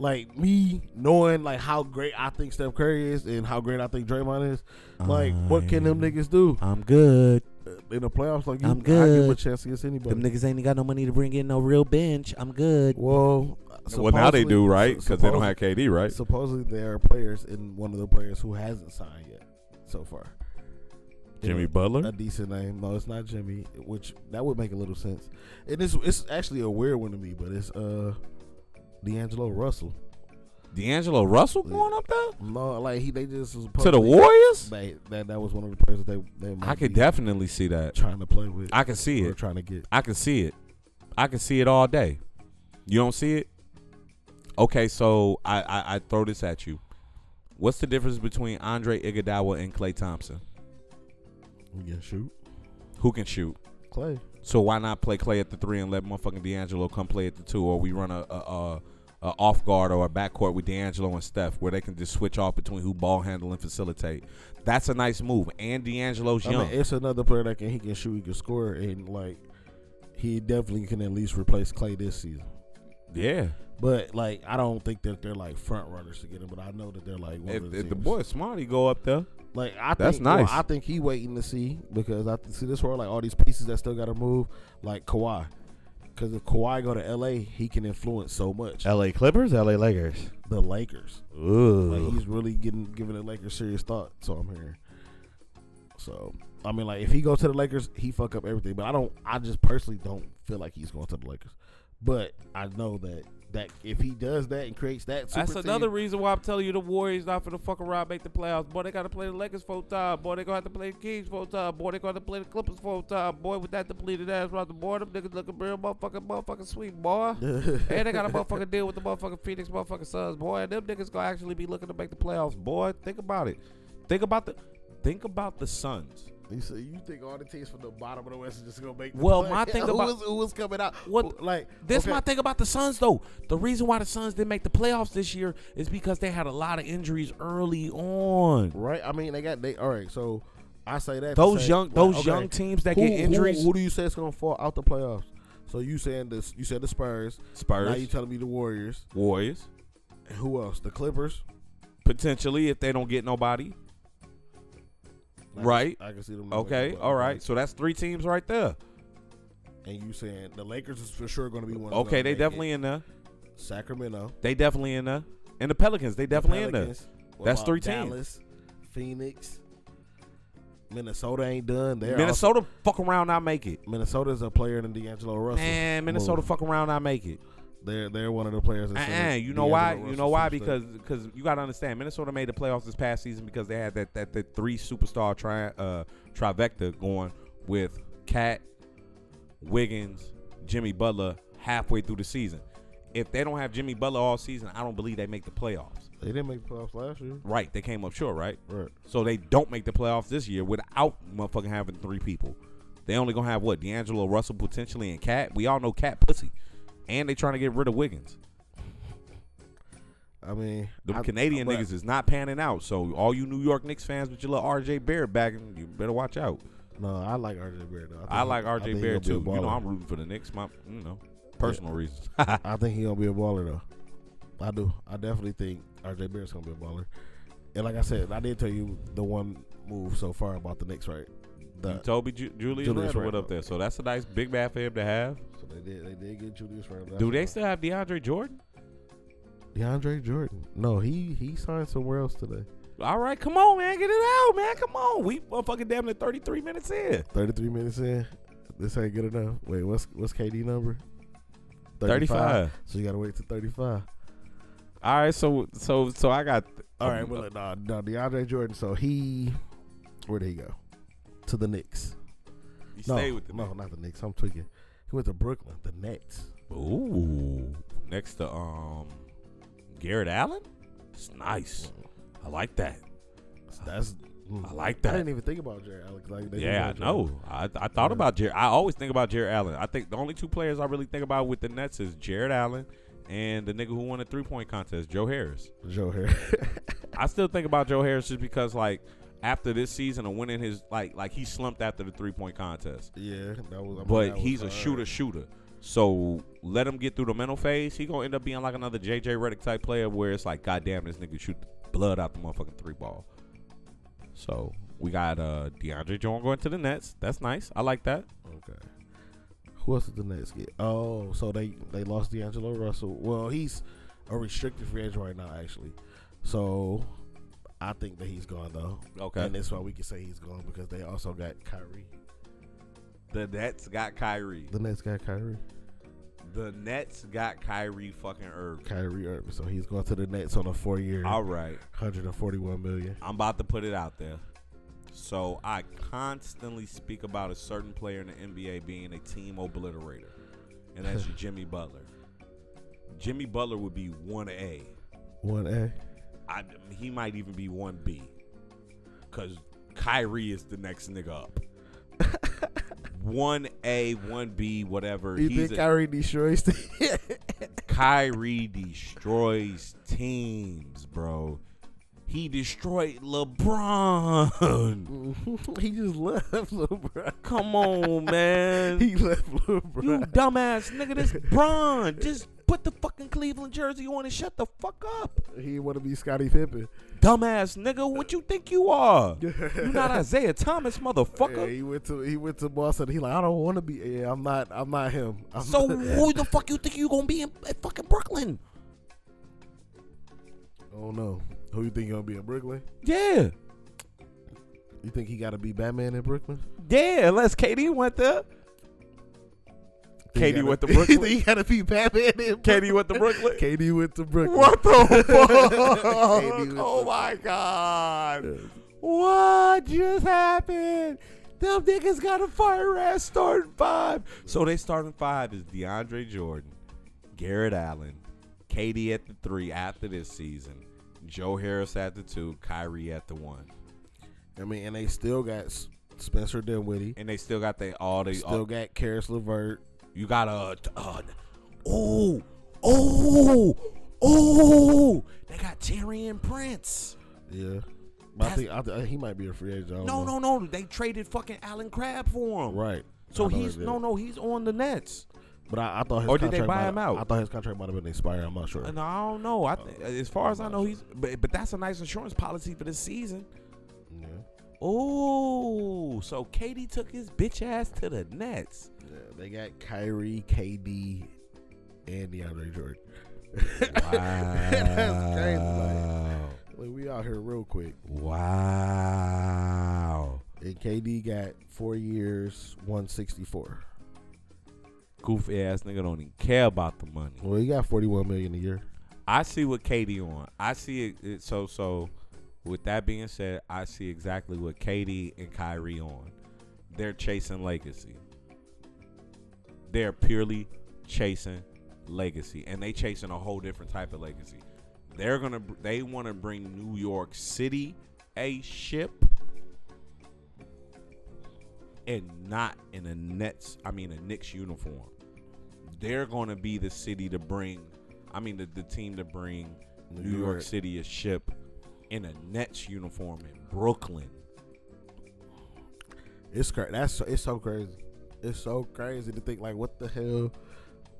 Like me knowing like how great I think Steph Curry is and how great I think Draymond is, like what can them niggas do I'm good. in the playoffs? Like you, I'm I give 'em a good. chance against anybody. Them niggas ain't got no money to bring in no real bench. I'm good. Well, well, now they supposedly- do, su- right? Because they don't supposedly- have KD, right? Supposedly there are players in one of the players who hasn't signed yet so far. Jimmy Yeah, Uh, Butler. a decent name. No, it's not Jimmy, which that would make a little sense. And it's it's actually a weird one to me, but it's uh D'Angelo Russell. D'Angelo Russell going up there? No, like he they just was To the supposedly- Warriors? They, that that was one of the players that they they might I could be definitely see that. trying to play with. I can see or it. trying to get. I can see it. I can see it all day. You don't see it? Okay, so I, I, I throw this at you. What's the difference between Andre Iguodala and Clay Thompson? You can shoot Who can shoot? Clay. So why not play Clay at the three and let motherfucking D'Angelo come play at the two, or we run a, a, a, a off guard or a backcourt with D'Angelo and Steph, where they can just switch off between who ball handle and facilitate. That's a nice move. And D'Angelo's I young. mean, it's another player that can he can shoot, he can score, and like he definitely can at least replace Clay this season. yeah, But like, I don't think that they're like front runners to get him. But I know that they're like one if, of the, if the teams. boy is smart, he go up there. Like I That's think, well, nice. I think he waiting to see because I see this where like all these pieces that still got to move, like Kawhi. Because if Kawhi go to L.A., he can influence so much. L.A. Clippers, L.A. Lakers. The Lakers, like Ooh, he's really getting giving the Lakers serious thought. So I'm hearing. So I mean, like if he goes to the Lakers, he fuck up everything. But I don't. I just personally don't feel like he's going to the Lakers. But I know that that if he does that and creates that, super That's team- another reason why I'm telling you the Warriors not for the fucking ride make the playoffs. Boy, they gotta play the Lakers full time. Boy, they gonna have to play the Kings full time. Boy, they gonna have to play the Clippers full time. Boy, with that depleted ass roster, boy, them niggas looking real motherfucking motherfucking sweet, boy. and they got a motherfucking deal with the motherfucking Phoenix motherfucking Suns, boy. And them niggas gonna actually be looking to make the playoffs, boy. Think about it. Think about the think about the Suns. You say you think all the teams from the bottom of the West is just gonna make? The Well, play? my thing who about- was, who was coming out? What- Who- like This okay, my thing about the Suns though. The reason why the Suns didn't make the playoffs this year is because they had a lot of injuries early on. right? I mean, they got they all right. So I say that to Those say, young like, those okay, young teams that who- get who- injuries. Who, do you say is gonna fall out the playoffs? So you saying this? You said the Spurs. Now you Spurs, telling me the Warriors. Warriors, And who else? The Clippers. potentially if they don't get nobody. I can- Right. I can see them. making Okay, the playoffs. all right. So that's three teams right there. And you saying the Lakers is for sure gonna be one. that's Okay, gonna they make it. definitely in there. Sacramento. They definitely in there. And the Pelicans, they definitely in there. Pelicans. What That's about three teams. Dallas, Phoenix. Minnesota ain't done. They're also- Minnesota, fuck around, I make it. Minnesota's a player in D'Angelo Russell. Man, Minnesota, move. fuck around, I make it. They're they're one of the players. That Uh-uh. said You know why? D'Angelo You know Russell's why? the- Because because you gotta understand, Minnesota made the playoffs this past season because they had that that, that three superstar tri- uh, trivecta going with Cat, Wiggins, Jimmy Butler halfway through the season. If they don't have Jimmy Butler all season, I don't believe they make the playoffs. they didn't make the playoffs last year. Right? They came up short, right? Right. So they don't make the playoffs this year without motherfucking having three people. They only gonna have what D'Angelo Russell potentially and Cat. We all know Cat pussy, and they trying to get rid of Wiggins. I mean, The I- Canadian but- niggas is not panning out. So all you New York Knicks fans with your little RJ Barrett backing, you better watch out. No, I like RJ Barrett. Though. think I like he- think RJ he Barrett gonna too. be a You know baller. I'm rooting for the Knicks. My you know personal reasons. I think he's gonna be a baller though. I do. I definitely think RJ Barrett's gonna be a baller. And like I said, I did tell you the one move so far about the Knicks, right? The, Toby Ju- Julius Julius, Randle went Randle. up there, so that's a nice big man for him to have. so they did. They did get Julius Randle. Do they still have DeAndre Jordan? DeAndre Jordan? No, he he signed somewhere else today. All right, come on, man, get it out, man. Come on, we motherfucking damn near 33 minutes in. Thirty-three minutes in. This ain't good enough. Wait, what's what's KD number? 35. So you gotta wait till thirty-five. All right, so so so I got. um, uh, All right, well, nah, nah, DeAndre Jordan. So he, where did he go? To the Knicks. you No, stay with the no, not the Knicks. I'm tweaking. He went to Brooklyn. The Nets. Ooh, next to um Garrett Allen. It's nice. I like that. That's. mm. I like I that. didn't even think about Jared Allen. 'cause I, they Yeah, I didn't know. want I, I thought Yeah. about Jared. I always think about Jared Allen. I think the only two players I really think about with the Nets is Jared Allen and the nigga who won the three point contest, Joe Harris. Joe Harris. I still think about Joe Harris just because like after this season of winning his like like he slumped after the three point contest. yeah, that was. I mean, that But was uh, uh, he's a hard. shooter shooter. So let him get through the mental phase. He gonna end up being like another JJ Redick type player where it's like, goddamn, this nigga shoot blood out the motherfucking three ball. So we got uh DeAndre Jordan going to the Nets. That's nice. I like that. Okay. Who else did the Nets get? Oh, so they they lost D'Angelo Russell. Well, he's a restricted free agent right now, actually. So I think that he's gone though, Okay. and that's why we can say he's gone because they also got Kyrie. The Nets got Kyrie. The Nets got Kyrie, The Nets got Kyrie fucking Irving. Kyrie Irving. So he's going to the Nets on a four-year, All right. 141 million. I'm about to put it out there. So I constantly speak about a certain player in the NBA being a team obliterator, and that's Jimmy Butler. Jimmy Butler would be one A. One A. I, he might even be one B, because Kyrie is the next nigga up. One A, one B, whatever. You He's think a- Kyrie destroys the? Kyrie destroys teams, bro. He destroyed LeBron. he just left LeBron. Come on, man. He left you LeBron. dumbass nigga, this Bron. Just put the fucking Cleveland jersey on and shut the fuck up. He didn't want to be Scottie Pippen. Dumbass nigga, what you think you are? You not Isaiah Thomas, Yeah, motherfucker. he went to he went to Boston. He like I don't want to be. Yeah, I'm not. I'm not him. I'm So not- who the fuck you think you gonna be in, in fucking Brooklyn? oh no, who you think gonna be in Brooklyn? Yeah. You think he got to be Batman in Brooklyn? Yeah, unless KD went there. KD went to Brooklyn? you think he got to be Batman in Brooklyn? KD went to Brooklyn. KD went to Brooklyn. What the fuck? KD went oh to- my god. What just happened? Them niggas got a fire ass starting five. So they starting five is DeAndre Jordan, Garrett Allen, KD at the three after this season, Joe Harris at the two, Kyrie at the one. I mean, and they still got S- Spencer Dinwiddie. And uh, they still got they all they Still all- got Karis LeVert. you got a uh, oh oh oh they got Tyrion Prince. Yeah, but I That's- think I, th- he might be a free agent. I don't No, know. no, no. They traded fucking Alan Crabb for him. Oh, Right. So I know he's they did. no, no. He's on the Nets. But I, I thought his Or did contract they buy might- him out? I thought his contract might have been expired. I'm not sure. And I don't know. I th- as far as I know, he's but, but that's a nice insurance policy for this season. Yeah. Oh, so Katie took his bitch ass to the Nets. yeah, they got Kyrie, KD, and DeAndre Jordan. Wow. That's Like we out here real quick. Wow. And KD got four years, one sixty four. Goofy ass nigga don't even care about the money. Well, he got forty one million a year. I see what Katie on. I see it, it. So so, with that being said, I see exactly what Katie and Kyrie on. They're chasing legacy. They're purely chasing legacy, and they chasing a whole different type of legacy. They're gonna. br- They want to bring New York City a ship, and not in a Nets. I mean a Knicks uniform. They're gonna be the city to bring. I mean the, the team to bring New New, York. York. City a ship in a Nets uniform in Brooklyn. It's crazy. That's so- it's so crazy. It's so crazy to think like, what the hell?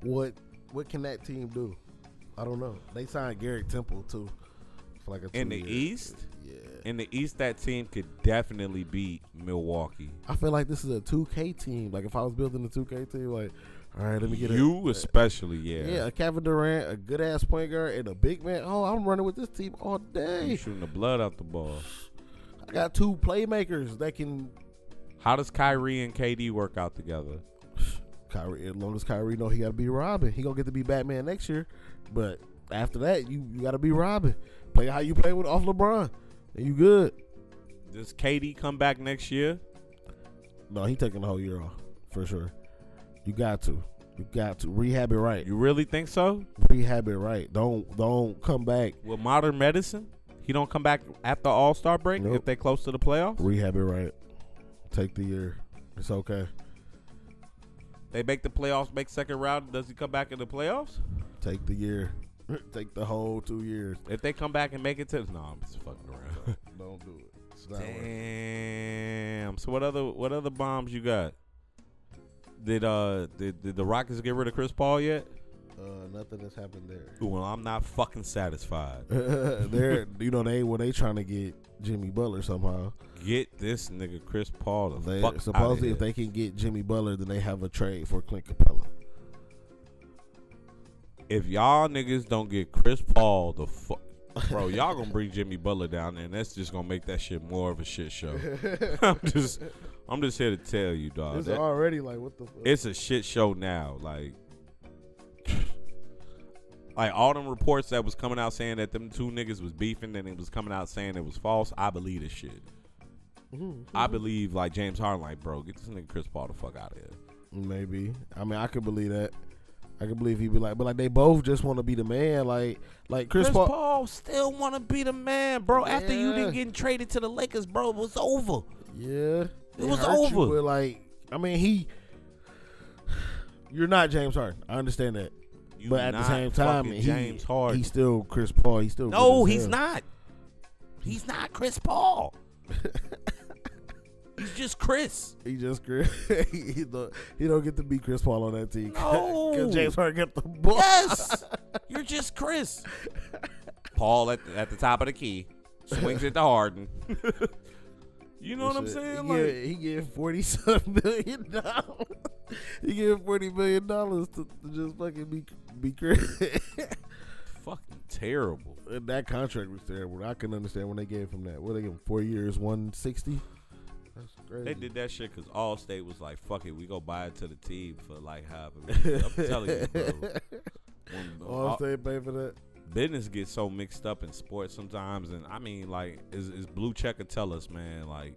What what can that team do? I don't know. They signed Garrett Temple too. For like a In the two-year- East, Yeah. in the East, that team could definitely beat Milwaukee. I feel like this is a 2K team. Like if I was building a 2K team, like, all right, let me get you a, especially, yeah. yeah. a Kevin Durant, a good ass point guard, and a big man. Oh, I'm running with this team all You day. shooting the blood out the ball. I got two playmakers that can. How does Kyrie and KD work out together? Kyrie, as long as Kyrie know he got to be Robin, he gonna get to be Batman next year. But after that, you you got to be Robin. Play how you play with off LeBron, and you good. Does KD come back next year? No, he taking the whole year off for sure. You got to, you got to rehab it right. You really think so? Rehab it right. Don't don't come back. With modern medicine, he don't come back after All Star break Nope. if they close to the playoffs. Rehab it right. Take the year. It's okay. They make the playoffs, make second round. Does he come back in the playoffs? Take the year. Take the whole two years. If they come back and make it to no, I'm just fucking around. Don't do it. It's not worth it. Damn. So what other what other bombs you got? Did uh did, did the Rockets get rid of Chris Paul yet? Uh, nothing has happened there. Well, I'm not fucking satisfied. They're you know they well they trying to get Jimmy Butler somehow. get this nigga Chris Paul the They, fuck outta supposedly, here. if they can get Jimmy Butler, then they have a trade for Clint Capella. if y'all niggas don't get Chris Paul the fuck, bro, y'all gonna bring Jimmy Butler down there, and that's just gonna make that shit more of a shit show. I'm just, I'm just here to tell you, dog. It's already like what the fuck? it's a shit show now. Like, like all them reports that was coming out saying that them two niggas was beefing, and it was coming out saying it was false. I believe this shit. Hmm. I believe like James Harden, like bro, get this nigga Chris Paul the fuck out of here. Maybe. I mean, I could believe that. I could believe he'd be like, but like they both just want to be the man. Like, like Chris, Chris, Paul. Paul, still want to be the man, bro. After you Yeah. didn't get traded to the Lakers, bro, it was over. Yeah, it was hurt you, over. but like, I mean, he. You're not James Harden. I understand that, You but at the not same time, fucking he, James Harden. He's still Chris Paul. He's still no, good as he's hell. not. He's not Chris Paul. he's just Chris. He just Chris. he, don't, he don't get to be Chris Paul on that team. 'Cause No. James Harden kept the ball. Yes, you're just Chris. Paul at the, at the top of the key swings it to Harden. you know what I'm Shit. saying? He Like, get- he get forty something million dollars. he get forty million dollars to, to just fucking be be Chris. fucking terrible. And that contract was terrible. I can understand when they gave him that. What they give him four years, one sixty. That's crazy. They did that shit because Allstate was like, "Fuck it, we go buy it to the team for like half." Of it. I'm telling you, bro. When- All state pay for that. business gets so mixed up in sports sometimes, and I mean, like, is, is blue checker tell us, man, like,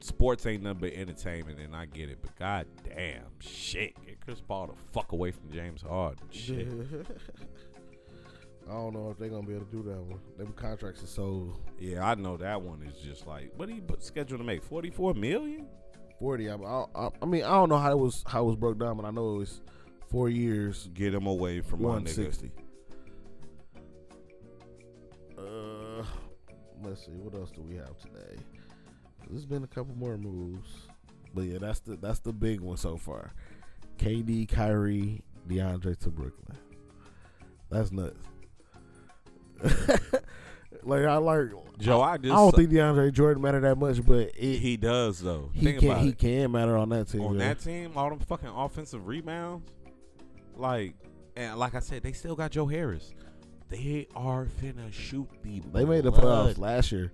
sports ain't nothing but entertainment, and I get it, but goddamn, shit, get Chris Paul the fuck away from James Harden, shit. I don't know if they're gonna be able to do that one. Them contracts are so Yeah, I know that one is just like, what he put- scheduled to make forty four million? forty. I, I, I mean, I don't know how it was how it was broke down, but I know it was four years, Get him away from my one nigga. sixty. Uh, let's see what else do we have today. There's been a couple more moves, but yeah, that's the that's the big one so far. KD, Kyrie, DeAndre to Brooklyn. That's nuts. like I like. Joe, I just I don't think DeAndre Jordan matter that much, but it, he does though. he think can about he it. can matter on that team. on yeah. that team, all them fucking offensive rebounds, like and like I said, they still got Joe Harris. They are finna shoot the. They made the blood. playoffs last year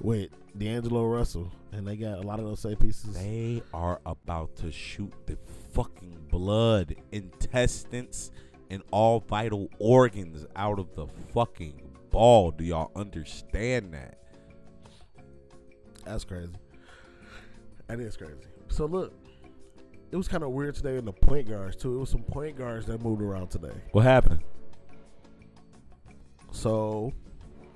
with D'Angelo Russell, and they got a lot of those same pieces. They are about to shoot the fucking blood, intestines, and all vital organs out of the fucking ball. Do y'all understand that? That's crazy. That is crazy. So look, it was kind of weird today in the point guards too. It was some point guards that moved around today. What happened? So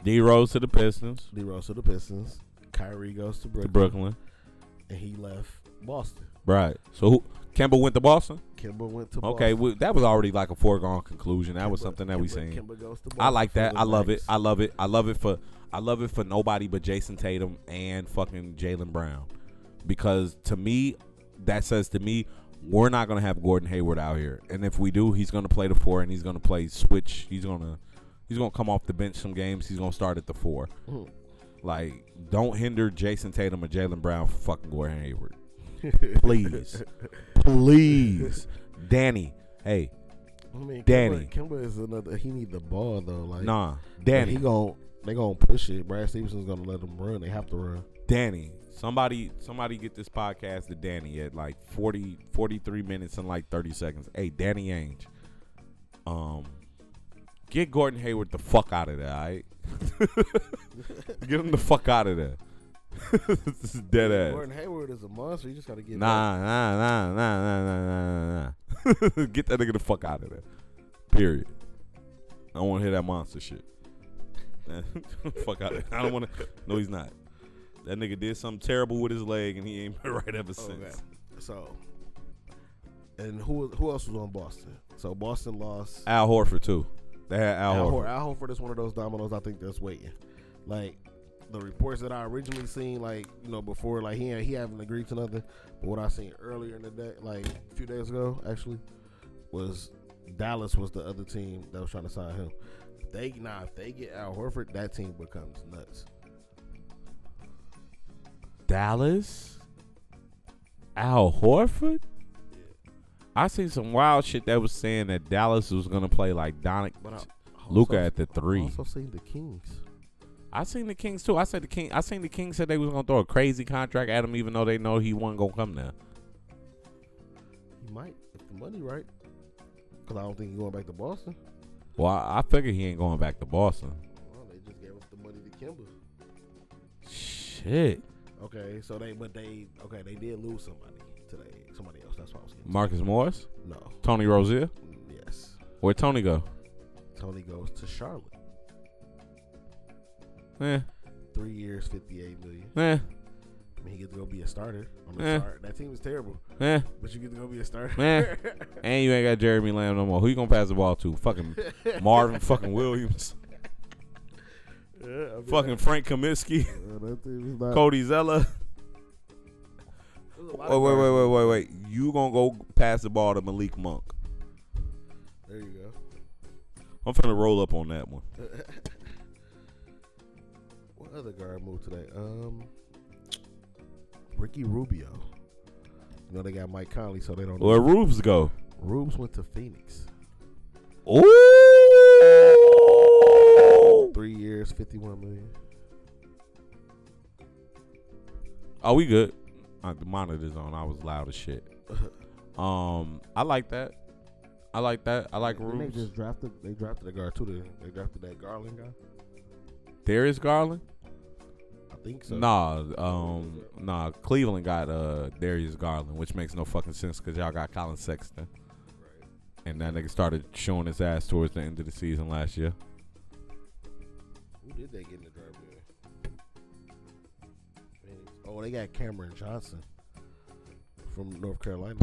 D Rose to the Pistons, D Rose to the Pistons, Kyrie goes to to Brooklyn, Brooklyn. and he left Boston. Right. So who? Kemba went to Boston. Kimba went to Okay, Boston. we, that was already like a foregone conclusion. That was Kemba- something that we Kemba- seen. Kemba goes to I like Boston for that. the I love it. Knicks. I love it. I love it for I love it for nobody but Jason Tatum and fucking Jalen Brown. Because to me, that says to me, we're not gonna have Gordon Hayward out here. And if we do, he's gonna play the four and he's gonna play switch. He's gonna he's gonna come off the bench some games. He's gonna start at the four. Mhm. Like, don't hinder Jason Tatum or Jalen Brown for fucking Gordon Hayward. Please. Please. Danny. Hey, I mean, Danny. Kimba, Kimba is another. He need the ball though. Like nah. And Danny. he gon' they gonna push it. Brad Stevenson's gonna let them run. They have to run. Danny. Somebody somebody get this podcast to Danny at like 40 43 minutes and like 30 seconds. Hey, Danny Ainge. Um get Gordon Hayward the fuck out of there, all right? get him the fuck out of there. this is dead ass. Gordon Hayward is a monster. You just gotta get Nah, nah, nah, nah, nah, nah, nah, nah, nah. get that nigga the fuck out of there. Period. I don't want to hear that monster shit. fuck out of there. I don't want to. No, he's not. That nigga did something terrible with his leg, and he ain't been right Oh, ever since. Okay. So, and who who else was on Boston? So Boston lost. Al Horford too. They had Al, Al, Horford. Hor- Al Horford is one of those dominoes I think that's waiting. Like the reports that I originally seen, like you know before, like he ain't- he haven't agreed to nothing. But what I seen earlier in the day, like a few days ago, actually, was Dallas was the other team that was trying to sign him. They now if they get Al Horford, that team becomes nuts. Dallas, Al Horford. I seen some wild shit that was saying that Dallas was gonna play like Donic. But I Luka also- at the three. I also seen the Kings. I seen the Kings too. I said the King. I seen the Kings said they was gonna throw a crazy contract at him, even though they know he wasn't gonna come there. He might if the money right, because I don't think he's going back to Boston. Well, I, I figure he ain't going back to Boston. Well, they just gave up the money to Kimber. Shit, Okay, so they but they okay they did lose somebody today. Somebody else. That's why I was getting. Marcus Morris, No. Tony Rozier. Yes. Where Tony go? Tony goes to Charlotte. Eh, Three years, fifty-eight million. eh, I mean, he gets to go be a starter. I mean, Eh. sorry, that team is terrible, eh. but you get to go be a starter. Eh. And you ain't got Jeremy Lamb no more. Who you gonna pass the ball to? Fucking Marvin fucking Williams, Yeah, I mean, fucking Frank Kaminsky, that- yeah, that team is not- Cody Zeller. There's a Wait, lot of wait, wait, guys- wait, wait, wait. You gonna go pass the ball to Malik Monk? There you go. I'm finna roll up on that one. What other guard moved today? Um, Ricky Rubio. You know they got Mike Conley, so they don't. Where Rubes go? Rubes went to Phoenix. Ooh. Three years, fifty-one million. Are we good? Uh, the monitor's on. I was loud as shit. Um, I like that. I like that. I like Didn't They Rubes. just drafted. They drafted the guard too. didn't They They drafted that Garland guy. Darius Garland? I think so. Nah, um, nah. Cleveland got uh Darius Garland, which makes no fucking sense because y'all got Colin Sexton, and that nigga started showing his ass towards the end of the season last year. Who did they get in the draft? man? Phoenix. Oh, they got Cameron Johnson from North Carolina.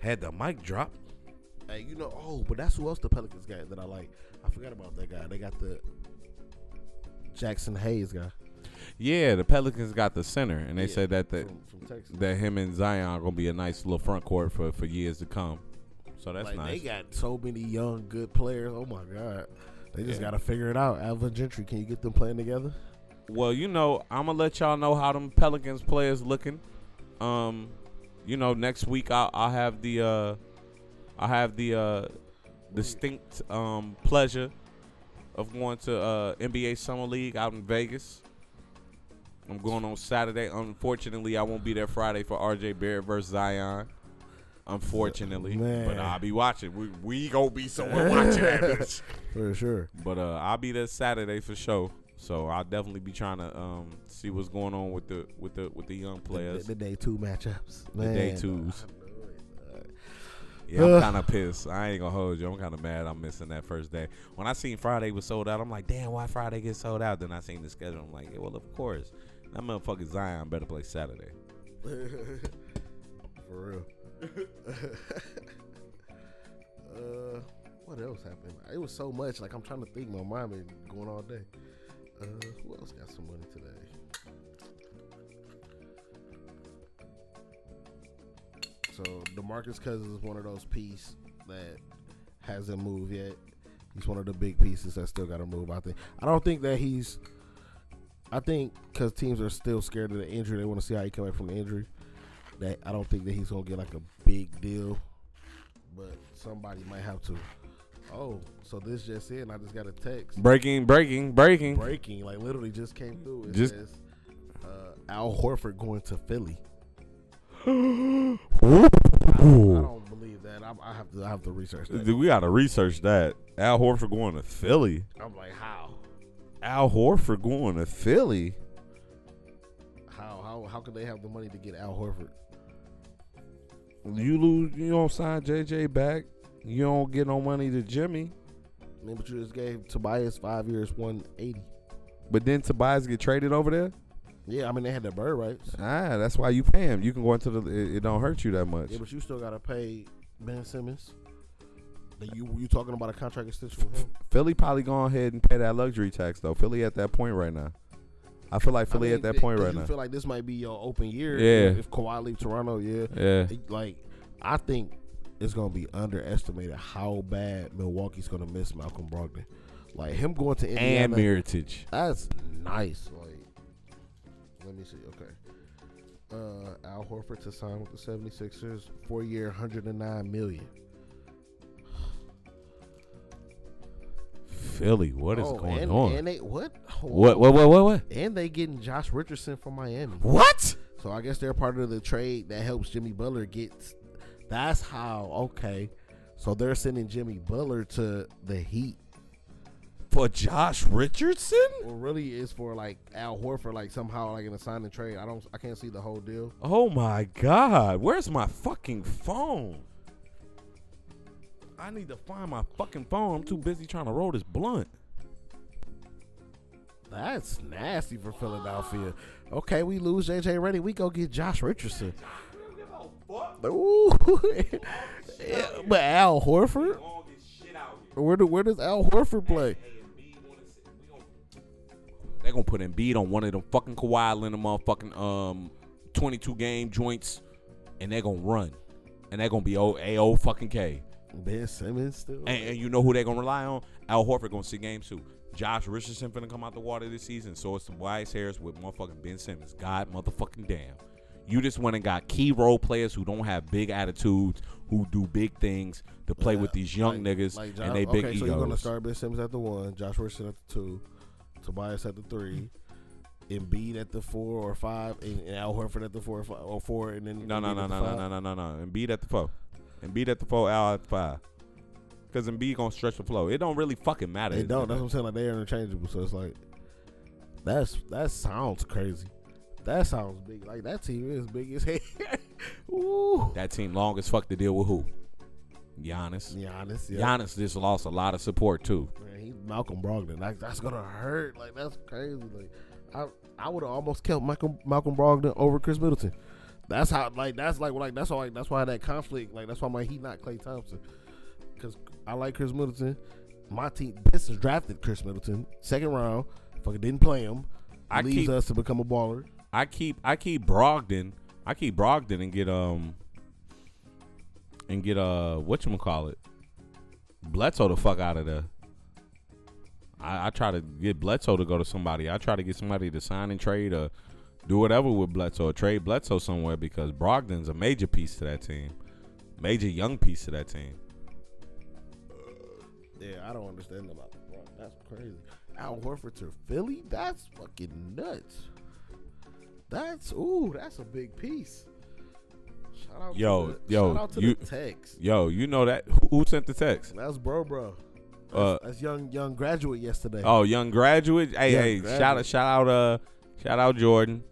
Had the mic drop. Hey, you know, oh, but that's who else the Pelicans got that I like. I forgot about that guy. They got the Jackson Hayes guy Yeah, the Pelicans got the center, and they Yeah, said that the, from, from Texas. that him and Zion are gonna be a nice little front court for for years to come. So that's like nice. they got so many young good players. Oh my god, they just Yeah. gotta figure it out. Alvin Gentry, can you get them playing together? Well, you know, I'm gonna let y'all know how them Pelicans players looking. Um, you know, next week I'll, I'll have the uh, I have the uh, distinct um pleasure of going to uh NBA Summer League out in Vegas. I'm going on Saturday. Unfortunately, I won't be there Friday for RJ Barrett versus Zion. Unfortunately, Man. but I'll be watching. We we gonna be somewhere watching that bitch. For sure. But uh, I'll be there Saturday for sure. So I'll definitely be trying to um, see what's going on with the with the with the young players. The, the day two matchups. Man, day twos. I know it. Uh, yeah, I'm kind of pissed. I ain't gonna hold you. I'm kind of mad. I'm missing that first day. When I seen Friday was sold out, I'm like, damn, why Friday get sold out? Then I seen the schedule. I'm like, yeah, well, of course. That motherfucker Zion better play Saturday. For real. uh, what else happened? It was so much. Like I'm trying to think. My mind been going all day. Uh, who else got some money today? So Demarcus Cousins is one of those pieces that hasn't moved yet. He's one of the big pieces that still got to move. I think. I don't think that he's. I think because teams are still scared of the injury, they want to see how he come back from the injury. That I don't think that he's gonna get like a big deal, but somebody might have to. Oh, so this just in? I just got a text Breaking, breaking, breaking. breaking, like literally just came through. It Just- says uh, Al Horford going to Philly. I don't, I don't believe that. I, I have to. I have to research that. we gotta research that. Al Horford going to Philly. I'm like, how? Al Horford going to Philly. How? How? How could they have the money to get Al Horford? You lose. You don't sign JJ back. You don't get no money to Jimmy. I mean, but you just gave Tobias five years, one eighty. But then Tobias get traded over there. Yeah, I mean they had the bird rights. Ah, that's why you pay him. You can go into the. It, it don't hurt you that much. Yeah, but you still gotta pay Ben Simmons. Then you you talking about a contract extension with him? Philly probably go ahead and pay that luxury tax though. Philly at that point right now. I feel like Philly I mean, at that th- point 'cause right you now. feel like this might be your open year. Yeah. If Kawhi leave Toronto, yeah. yeah. It- Like, I think it's gonna be underestimated how bad Milwaukee's gonna miss Malcolm Brogdon. Like him going to and Indiana. Meritage. That's nice. Like, let me see. Okay. Uh, Al Horford to sign with the 76ers, four year, 109 million. Philly, what is oh, going and, on? And they what? Hold what, on. what, what, what, what? And they getting Josh Richardson from Miami. What? So I guess they're part of the trade that helps Jimmy Butler get. That's how okay. So they're sending Jimmy Butler to the Heat. For Josh Richardson? Well, really, is for like Al Horford, like somehow like in a sign and trade. I don't, I can't see the whole deal. Oh my God. Where's my fucking phone? I need to find my fucking phone. I'm too busy trying to roll this blunt. That's nasty for Philadelphia. Okay, we lose JJ Reddy. We go get Josh Richardson. Ooh. Yeah, but Al Horford? Where do where does Al Horford play? They're gonna put Embiid on one of them fucking Kawhi Leonard motherfucking um 22 game joints, and they're gonna run, and they're gonna be O A O fucking K. Ben Simmons still. And, and you know who they're gonna rely on? Al Horford gonna see games too. Josh Richardson finna come out the water this season, so it's the wise hairs with motherfucking Ben Simmons. God motherfucking damn. You just went and got key role players who don't have big attitudes, who do big things to play with these young Like- niggas like and Josh- they big okay, egos. So you're gonna start Ben Simmons at the one, Josh Richardson at the two, Tobias at the three, Embiid at the four or five, and, and Al Horford at the four or, five, or four, and then No, no, Embiid no, at the no, no, five? no, no, no, no. And beat at the four. And beat at the four, Al at the five. Because Embiid gonna stretch the flow. It don't really fucking matter. They don't. That's what I'm saying. Like they're interchangeable. So it's like that's that sounds crazy. That sounds big. Like that team is big as hell. Ooh. That team long as fuck to deal with who? Giannis. Giannis. Yeah. Giannis just lost a lot of support too. Man, he's Malcolm Brogdon. Like that's gonna hurt. Like that's crazy. Like I I would have almost kept Michael Malcolm Brogdon over Chris Middleton. That's how like that's like like that's why that's why that conflict like that's why my he not Clay Thompson because I like Chris Middleton. My team Pistons drafted Chris Middleton second round. Fucking didn't play him. I leaves keep- us to become a baller. I keep I keep Brogdon. I keep Brogdon and get um and get uh whatchamacallit. Bledsoe the fuck out of there. I, I try to get Bledsoe to go to somebody. I try to get somebody to sign and trade or do whatever with Bledsoe or trade Bledsoe somewhere because Brogdon's a major piece to that team. Major young piece to that team. Yeah, I don't understand about LeBron. That's crazy. Al Horford to Philly? That's fucking nuts. That's ooh, that's a big piece. Shout out Yo, to the, yo, shout out to you- the text. Yo, you know that who, who sent the text? That's bro, bro. That's, Uh, that's young, young graduate yesterday. Oh, young graduate. Hey, Young hey, graduate. shout out, shout out, uh, shout out Jordan.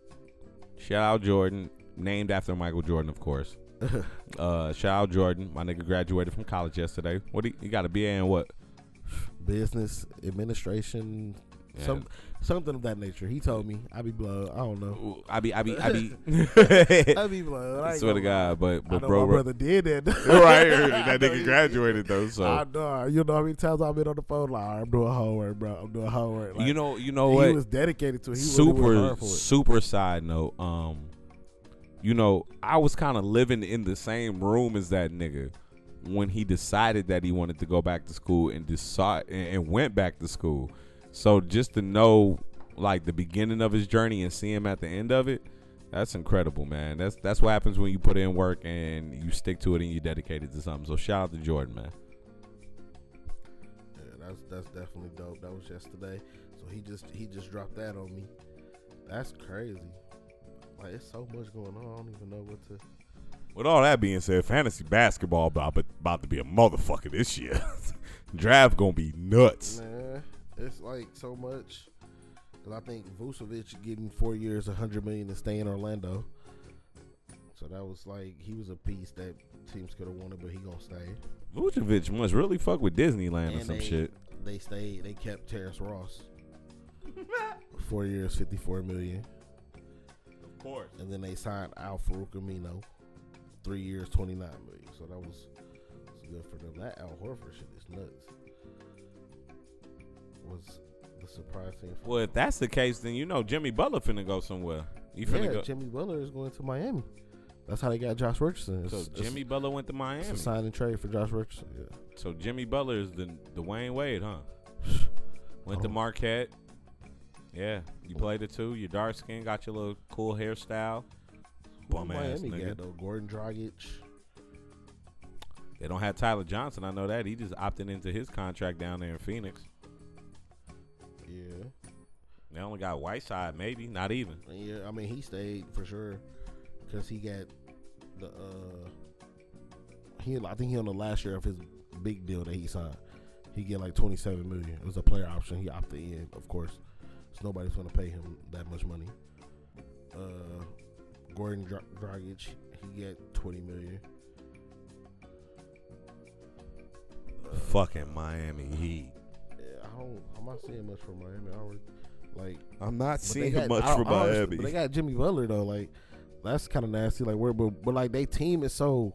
Shout out Jordan, named after Michael Jordan, of course. uh, shout out Jordan. My nigga graduated from college yesterday. What he, he got a BA in what? Business administration, Yeah. some something of that nature. He told me. I be blown. I don't know. Ooh, I be, I be, I be. I be blown. I I ain't swear gonna lie. to God, but I but know bro, my bro brother did that. right? That know he nigga graduated though, I so know. You know how many times I've been on the phone like, "All right, I'm doing homework, bro. I'm doing homework. Like, you know, you know he what? was dedicated to it. He Oh, super, really super worked hard for it. super side note um you know i was kind of living in the same room as that nigga when he decided that he wanted to go back to school and decided and, and went back to school so just to know like the beginning of his journey and see him at the end of it that's incredible man that's that's what happens when you put in work and you stick to it and you're dedicated to something so shout out to jordan man Yeah, that's that's definitely dope. That was yesterday. So he just he just dropped that on me. That's crazy. Like it's so much going on. I don't even know what to. With all that being said, fantasy basketball about about to be a motherfucker this year. Draft gonna be nuts. Nah, it's like so much. Cause I think Vucevic getting four years, a hundred million, to stay in Orlando. So that was like he was a piece that teams could have wanted, but he gonna stay. Vucevic must really fuck with Disneyland or And some they, shit. They stayed. They kept Terrence Ross. Four years, fifty-four million. Of course. and then they signed Al Farouk Amino, three years, twenty nine million. So that was, was good for them. That Al Horford shit is nuts. Was the surprise thing? For Well, if that's the case, then you know Jimmy Butler finna go somewhere. You finna yeah, go. Jimmy Butler is going to Miami. That's how they got Josh Richardson. It's, so it's- Jimmy Butler went to it's, Miami. a sign and trade for Josh Richardson. Yeah. So Jimmy Butler is the Dwayne Wade, huh? Went Oh. to Marquette. Yeah, you played it too. You dark skin, got your little cool hairstyle. Bum ass Miami nigga. got though Gordon Dragic. They don't have Tyler Johnson. I know that. He just opted into his contract down there in Phoenix. Yeah, They only got Whiteside, maybe not even. yeah. I mean, he stayed for sure because he got the. uh He, I think he on the last year of his big deal that he signed. He get like twenty seven million. It was a player option. He opted in, of course. So nobody's gonna pay him that much money. Uh, Gordon Dra- Dragic, he get twenty million. Fucking Miami Heat. Yeah, I don't. I'm not seeing much from Miami. I already, like I'm not But they got- I- I understand- But they got Jimmy Butler though. Like that's kind of nasty. Like where, but, but like they team is so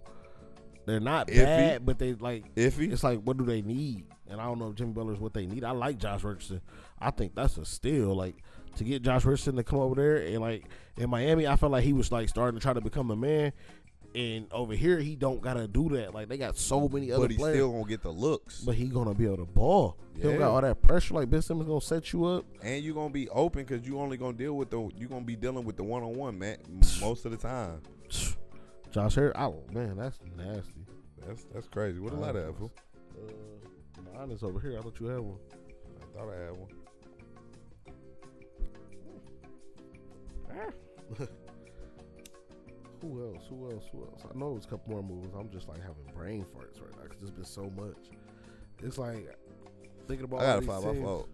they're not Iffy. bad, but they like Iffy. it's like what do they need? And I don't know if Jimmy Butler is what they need. I like Josh Richardson. I think that's a steal. Like to get Josh Richardson to come over there and like in Miami, I felt like he was like starting to try to become a man. And over here, he don't gotta do that. Like they got so many other but he's players. still gonna get the looks, but he gonna be able to ball. He don't Yeah. got all that pressure. Like Ben Simmons gonna set you up. and you gonna be open because you only gonna deal with the you gonna be dealing with the one on one man m- most of the time. Josh Harris. Oh man, that's nasty. That's that's crazy. What a lot of them. Uh, mine is over here. I thought you had one. I thought I had one. Who else? Who else? Who else? I know it was a couple more movies. I'm just like having brain farts right now because there's been so much. It's like thinking about. I all gotta these find my teams, fault.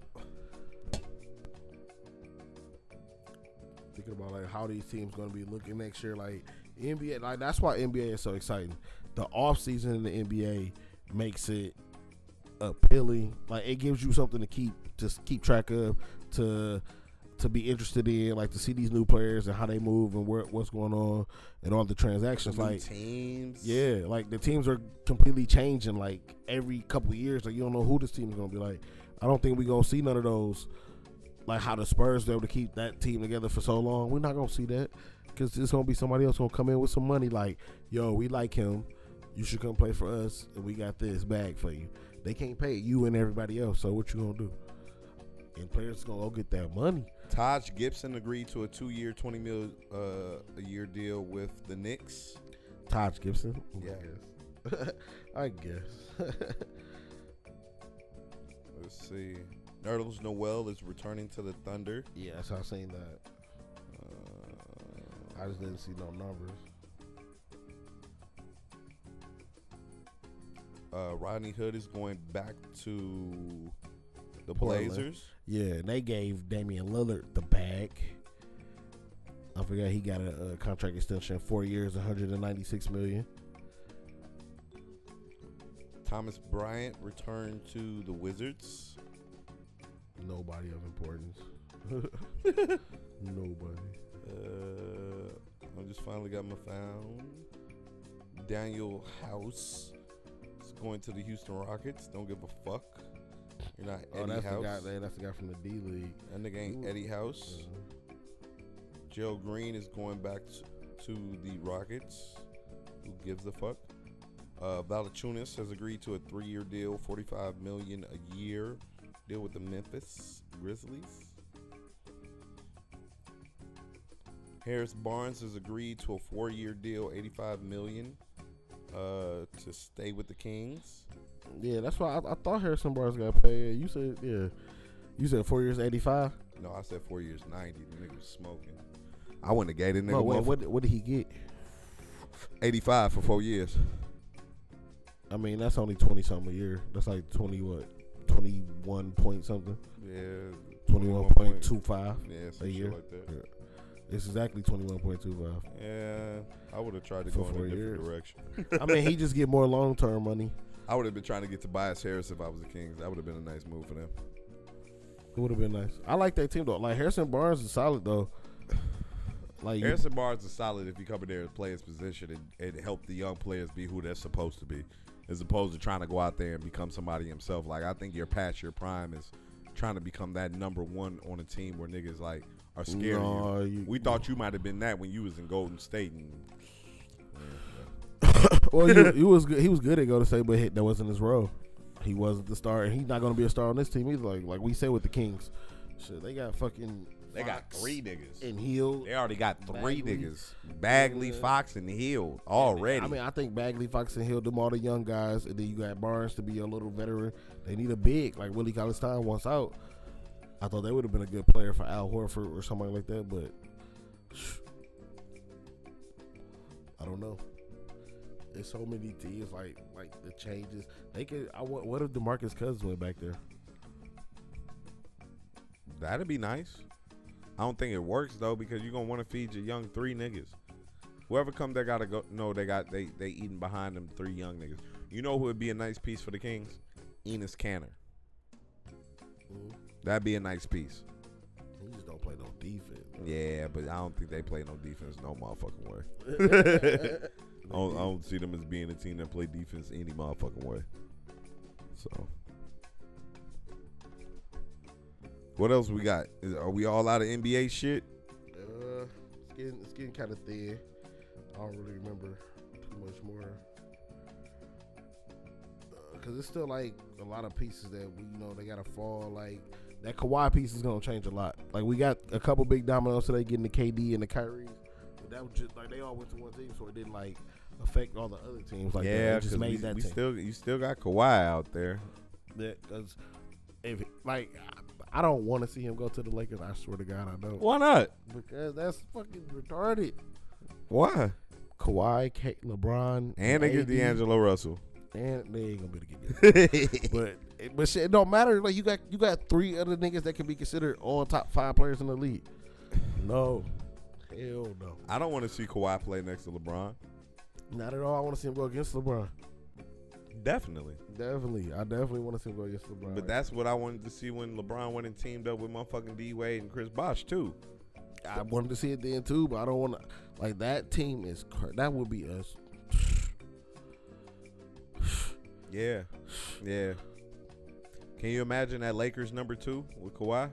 Thinking about like how these teams gonna be looking next year. Like NBA, like that's why NBA is so exciting. The off season in the NBA makes it appealing. Like it gives you something to keep to keep track of, to to be interested in, like to see these new players and how they move and where, what's going on and all the transactions. New Like teams. Yeah, like the teams are completely changing like every couple of years. Like you don't know who this team is gonna be like. I don't think we gonna see none of those. Like how the Spurs were able to keep that team together for so long. We're not gonna see that because it's gonna be somebody else gonna come in with some money. Like, yo, we like him. You should come play for us, and we got this bag for you. They can't pay you and everybody else. So what you gonna do? And players gonna go get that money. Taj Gibson agreed to a two year, twenty mil uh, a year deal with the Knicks. Taj Gibson. Yeah. I guess. Let's see. Nerlens Noel is returning to the Thunder. yeah, so I seen that. Uh, I just didn't see no numbers. uh, Rodney Hood is going back to the Portland. Blazers. Yeah, and they gave Damian Lillard the bag. I forgot he got a, a contract extension, four years, 196 million. Thomas Bryant returned to the Wizards. Nobody of importance. Nobody. Uh, I just finally got my found. Daniel House is going to the Houston Rockets. Don't give a fuck. You're not oh, Eddie that's House. the guy. That, that's the guy from the D League. That nigga ain't Ooh. Eddie House. Joe Green is going back t- to the Rockets. Who gives a fuck? Uh, Valachunas has agreed to a three-year deal, forty-five million a year, deal with the Memphis Grizzlies. Harris Barnes has agreed to a four-year deal, eighty-five million, uh, to stay with the Kings. Yeah, that's why I, I thought Harrison Barnes got paid. You said yeah. You said four years, 85. No, I said four years, ninety. The nigga was smoking. I wouldn't have gave that nigga No, one what, what what did he get? eighty-five for four years. I mean, that's only 20 something a year. That's like 20 what, 21 point something, Yeah, 21.25. Yeah, a some shit year. like that. It's exactly 21.25. Yeah, I would have tried to For go in a four different years. direction. I mean, he just get more long term money. I would have been trying to get Tobias Harris if I was the Kings. That would have been a nice move for them. It would have been nice. I like that team though. Like Harrison Barnes is solid though. Like you- Harrison Barnes is solid if you come in there and play his position and, and help the young players be who they're supposed to be, as opposed to trying to go out there and become somebody himself. Like I think your past your prime is trying to become that number one on a team where niggas like are scared. Nah, of you. you- We thought you might have been that when you was in Golden State and well, you, you was good. He was good at go to say, but he, that wasn't his role. He wasn't the star, and he's not going to be a star on this team. He's like like we said with the Kings. Shit, they got fucking They got Fox three niggas. and Hill. They already got three Bagley. niggas. Bagley, Yeah. Fox, and Hill already. I mean, I think Bagley, Fox, and Hill, them all the young guys, and then you got Barnes to be a little veteran. They need a big like Willie Collins Stein wants out. I thought they would have been a good player for Al Horford or somebody like that, but I don't know. There's so many teams like like the changes. They could. I what, what if Demarcus Cousins went back there? That'd be nice. I don't think it works though because you're gonna want to feed your young three niggas. Whoever come, they gotta go. No, they got they they eating behind them three young niggas. You know who would be a nice piece for the Kings? Enos Canner. That'd be a nice piece. He just don't play no defense. Yeah, but I don't think they play no defense no motherfucking way. I, don't, I don't see them as being a team that play defense any motherfucking way. So, What else we got? Is, are we all out of NBA shit? Uh, it's getting it's getting kind of thin. I don't really remember too much more because it's still like a lot of pieces that we you know they gotta fall. Like that Kawhi piece is gonna change a lot. Like we got a couple big dominoes today, getting the KD and the Kyrie. But that was just like they all went to one team, so it didn't like affect all the other teams. Like that. yeah, It Uh, 'cause just made we, that we team. still you still got Kawhi out there. because if like I I don't want to see him go to the Lakers. I swear to God, I don't Why not? because that's fucking retarded. Why? Kawhi, K- LeBron, And they get AD, D'Angelo Russell. and they ain't gonna be the good guy. yeah, but it- but shit, it don't matter. Like you got you got three other niggas that can be considered all top five players in the league. No, hell no, I don't want to see Kawhi play next to LeBron. not at all. I want to see him go against LeBron. Definitely. Definitely, I definitely want to see him go against LeBron. But that's what I wanted to see when LeBron went and teamed up with motherfucking D Wade and Chris Bosh too. I wanted to see it then too, but I don't want to. Like that team is cra- that would be us. Yeah, yeah. Can you imagine that Lakers number two with Kawhi?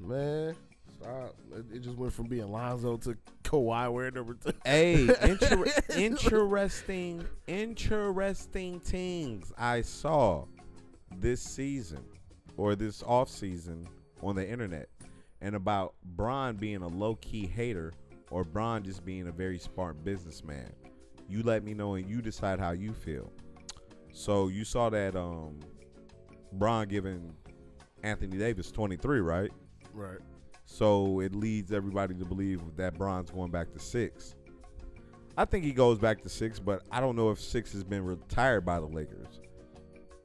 Man, stop! It, it just went from being Lonzo to Kawhi wearing number two. Hey, inter- interesting, interesting things I saw this season or this off season on the internet, and about Bron being a low key hater or Bron just being a very smart businessman. You let me know, and you decide how you feel. So you saw that um, Bron giving Anthony Davis twenty three, right? Right. So it leads everybody to believe that Bron's going back to six. I think he goes back to six, but I don't know if six has been retired by the Lakers.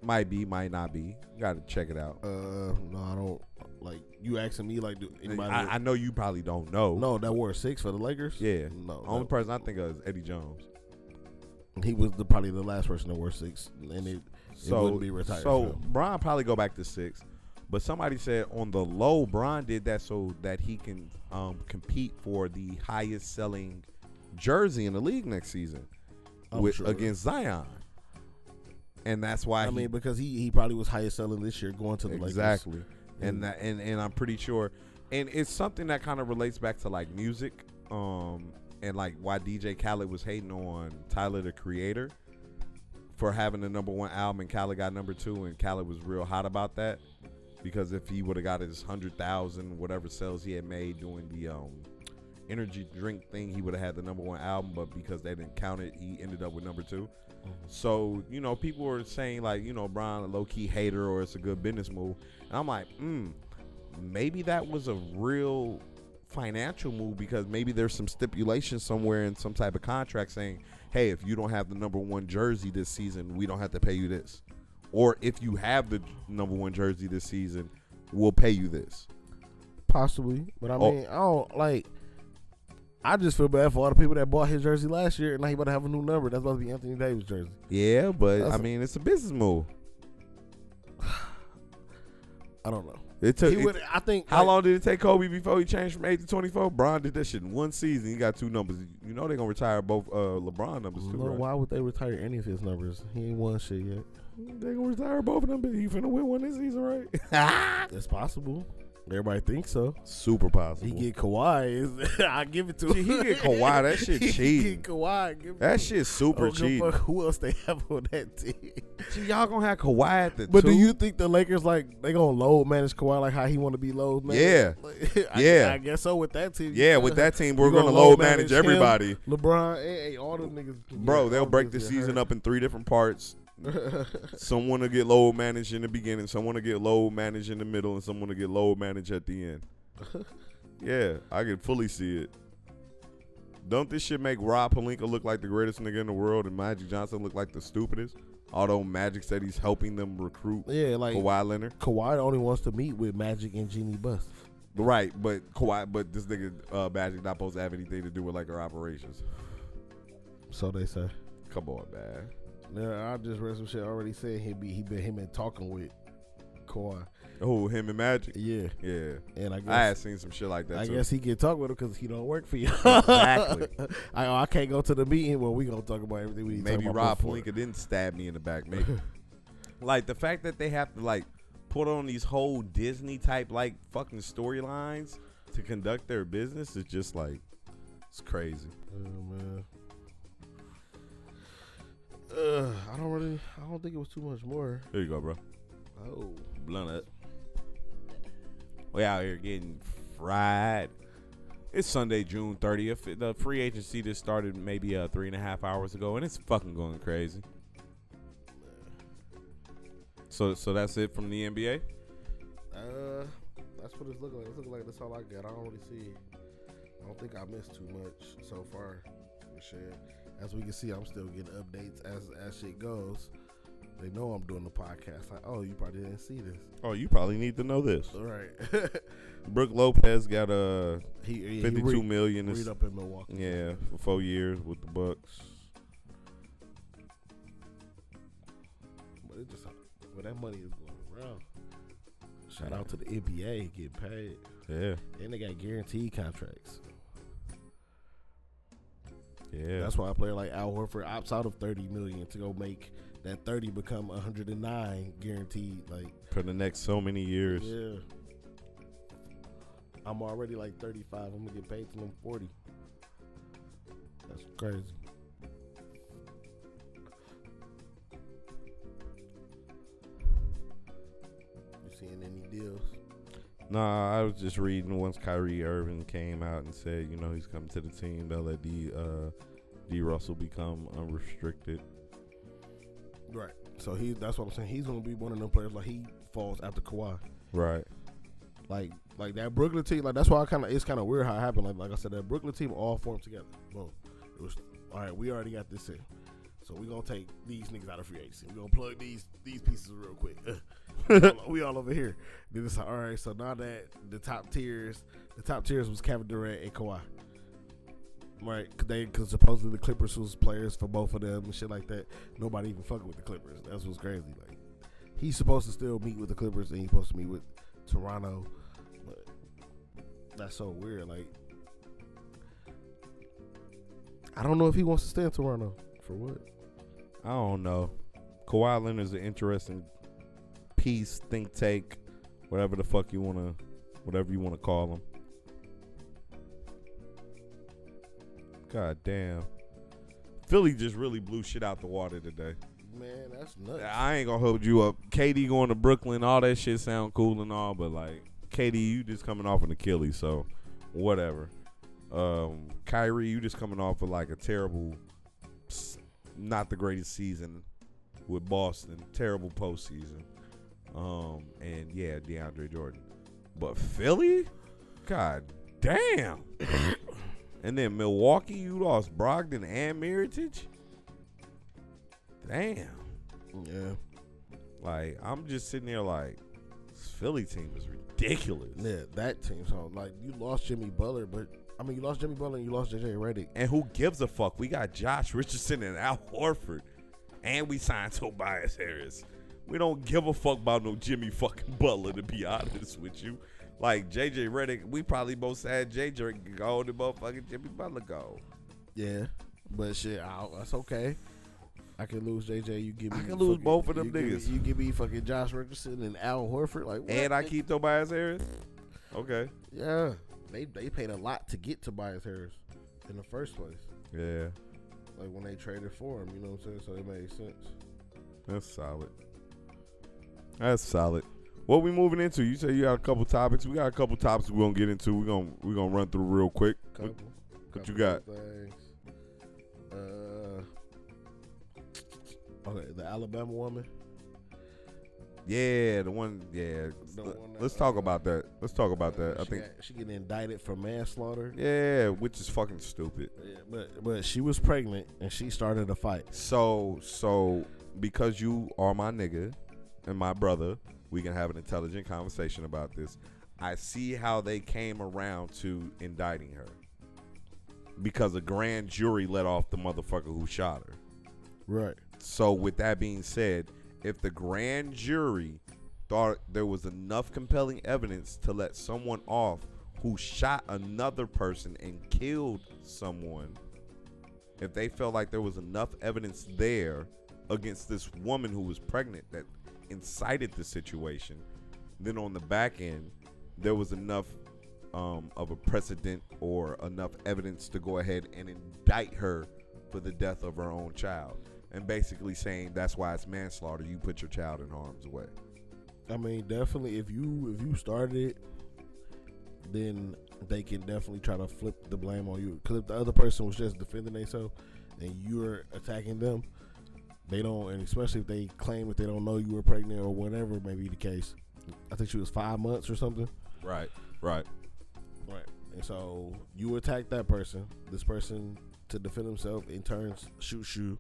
Might be, might not be. Got to check it out. Uh, no, I don't. Like you asking me, like do anybody? I, I know you probably don't know. no, that wore six for the Lakers. Yeah. no, Only that- person I think of is Eddie Jones. he was the, probably the last person that wore six, and it So wouldn't be retired for So him. Bron probably go back to six, but somebody said on the low, Bron did that so that he can um, compete for the highest selling jersey in the league next season I'm with sure. against Zion, and that's why I he, mean, because he he probably was highest selling this year going to the Lakers. exactly, Mm. and that and and I'm pretty sure, and it's something that kind of relates back to like music, um, and like why DJ Khaled was hating on Tyler the Creator for having the number one album, and Khaled got number two, and Khaled was real hot about that because if he would have got his hundred thousand whatever sales he had made doing the um energy drink thing, he would have had the number one album, but because they didn't count it, he ended up with number 2 So you know, people were saying like, you know, Brian a low key hater or it's a good business move, and I'm like, hmm, maybe that was a real financial move because maybe there's some stipulation somewhere in some type of contract saying, hey, if you don't have the number one jersey this season, we don't have to pay you this, or if you have the number one jersey this season, we'll pay you this. Possibly, but I Oh. mean, I don't like. I just feel bad for all the people that bought his jersey last year, and now he about to have a new number. That's about to be Anthony Davis jersey. Yeah, but That's I a- mean, it's a business move. I don't know. It took He it- would. I think. How like, long did it take Kobe before he changed from eight to twenty four? Bron did that shit in one season. He got two numbers. You know they're gonna retire both uh, LeBron numbers too. Lord, right? Why would they retire any of his numbers? He ain't won shit yet. They gonna retire both of them. But you finna win one this season, right? It's possible. Everybody thinks so. Super possible. He get Kawhi. Is, I give it to Shit, him. he get Kawhi, that shit He cheating. get Kawhi. Give it that to him. shit I super don't give a cheap. fuck Who else they have on that team? See, y'all gonna have Kawhi at the But two. do you think the Lakers like they gonna load manage Kawhi like how he want to be load managed? Yeah. Like, I, Yeah. I guess so with that team. Yeah, with that team, you we're gonna load manage him, everybody, LeBron, hey, hey, all them niggas, bro. They'll break the season up in three different parts. someone to get load managed in the beginning, someone to get load managed in the middle, and someone to get load managed at the end. yeah, I can fully see it. Don't this shit make Rob Palinka look like the greatest nigga in the world and Magic Johnson look like the stupidest? Although Magic said he's helping them recruit Yeah, like Kawhi. Kawhi Leonard. only wants to meet with Magic and Genie Bus. Right, but Kawhi, but this nigga uh, Magic not supposed to have anything to do with like our operations. So they say. Come on, man. Now, I just read some shit already said he be he been him and talking with Kawhi. Oh, him and Magic. Yeah, Yeah, and I guess I had seen some shit like that. I too. guess he can talk with him because he don't work for you. Exactly. I, I can't go to the meeting where we gonna talk about everything we need. Maybe to talk Rob about before. Palinka didn't stab me in the back. Maybe. like the fact that they have to like put on these whole Disney type like fucking storylines to conduct their business is just like it's crazy. Oh man. Uh, I don't really. I don't think it was too much more. There you go, bro. Oh, Blunt up. We out here getting fried. It's Sunday, June 30th. The free agency just started maybe uh, three and a half hours ago, and it's fucking going crazy. So, so that's it from the NBA. uh, that's what it's looking like. It's looking like that's all I got. I don't really see. I don't think I missed too much so far. For sure. As we can see, I'm still getting updates as as shit goes. They know I'm doing the podcast. Like, oh, you probably didn't see this. Oh, you probably need to know this. All right. Brooke Lopez got uh he, he, he fifty-two read, million. read Is, up in Milwaukee. yeah, for four years with the Bucks. But it just well that money is going around. Shout out to the NBA getting paid. Yeah, And they got guaranteed contracts. yeah. That's why a player like Al Horford opts out of thirty million to go make that thirty become hundred and nine guaranteed. Like for the next so many years. yeah. I'm already like 35. I'm gonna get paid till I'm 40. That's crazy. You seeing any deals? Nah, I was just reading once Kyrie Irving came out and said, you know, he's coming to the team. They'll let D uh, D Russell become unrestricted. Right. So he that's what I'm saying. He's gonna be one of them players like he falls after Kawhi. Right. Like like that Brooklyn team, like that's why I kinda it's kinda weird how it happened. Like like I said, that Brooklyn team all formed together. Boom. It was all right, we already got this in. So we're gonna take these niggas out of free agency. We're gonna plug these these pieces real quick. we, all, we all over here. Then it's like, all right, so now that the top tiers the top tiers was Kevin Durant and Kawhi. Right, cause they because supposedly the Clippers was players for both of them and shit like that. Nobody even fucking with the Clippers. That's what's crazy. Like he's supposed to still meet with the Clippers and he's supposed to meet with Toronto, but that's so weird. Like I don't know if he wants to stay in Toronto for what. I don't know. Kawhi Leonard's an interesting piece, think take, whatever the fuck you wanna, whatever you wanna call him. God damn. Philly just really blew shit out the water today. Man, that's nuts. I ain't gonna hold you up. KD going to Brooklyn, all that shit sound cool and all, but like KD, you just coming off an Achilles, so whatever. Um, Kyrie, you just coming off of like a terrible, s- not the greatest season with Boston, terrible postseason. Um, and yeah, DeAndre Jordan, but Philly, god damn. and then Milwaukee, you lost Brogdon and Meritage. Damn. yeah, Like I'm just sitting there like this Philly team is ridiculous. yeah, that team. So like, you lost Jimmy Butler, but I mean, you lost Jimmy Butler and you lost JJ Redick. And who gives a fuck? We got Josh Richardson and Al Horford. And we signed Tobias Harris. We don't give a fuck about no Jimmy fucking Butler, to be honest with you. Like JJ Reddick, we probably both had JJ go to motherfucking Jimmy Butler go. Yeah, but shit, I, that's okay. I can lose JJ. You give me. I can lose both of them you give me- niggas. you give me fucking Josh Richardson and Al Horford. Like, what? And I nigga? keep Tobias Harris. Okay. Yeah, they they paid a lot to get Tobias Harris in the first place. Yeah. Like when they traded for him, you know what I'm saying? So it made sense. That's solid. That's solid. What we moving into? You say you got a couple topics. We got a couple topics we're gonna get into. We're gonna we're gonna run through real quick. Couple, what couple you got? Things. Uh, okay, the Alabama woman. Yeah, the one yeah. The one that, Let's talk uh, about that. Let's talk about that. I she think got- she getting indicted for manslaughter. Yeah, which is fucking stupid. Yeah, but but she was pregnant and she started a fight. So so because you are my nigga and my brother, we can have an intelligent conversation about this. I see how they came around to indicting her. Because a grand jury let off the motherfucker who shot her. Right. So with that being said, if the grand jury thought there was enough compelling evidence to let someone off who shot another person and killed someone, if they felt like there was enough evidence there against this woman who was pregnant that incited the situation, then on the back end, there was enough um, of a precedent or enough evidence to go ahead and indict her for the death of her own child. And basically saying that's why it's manslaughter. You put your child in harm's way. I mean, definitely if you if you started it, then they can definitely try to flip the blame on you. Because if the other person was just defending themselves and you're attacking them, they don't. And especially if they claim that they don't know you were pregnant or whatever may be the case. I think she was five months or something. Right. Right. Right. And so you attack that person. This person to defend himself in turns shoots you.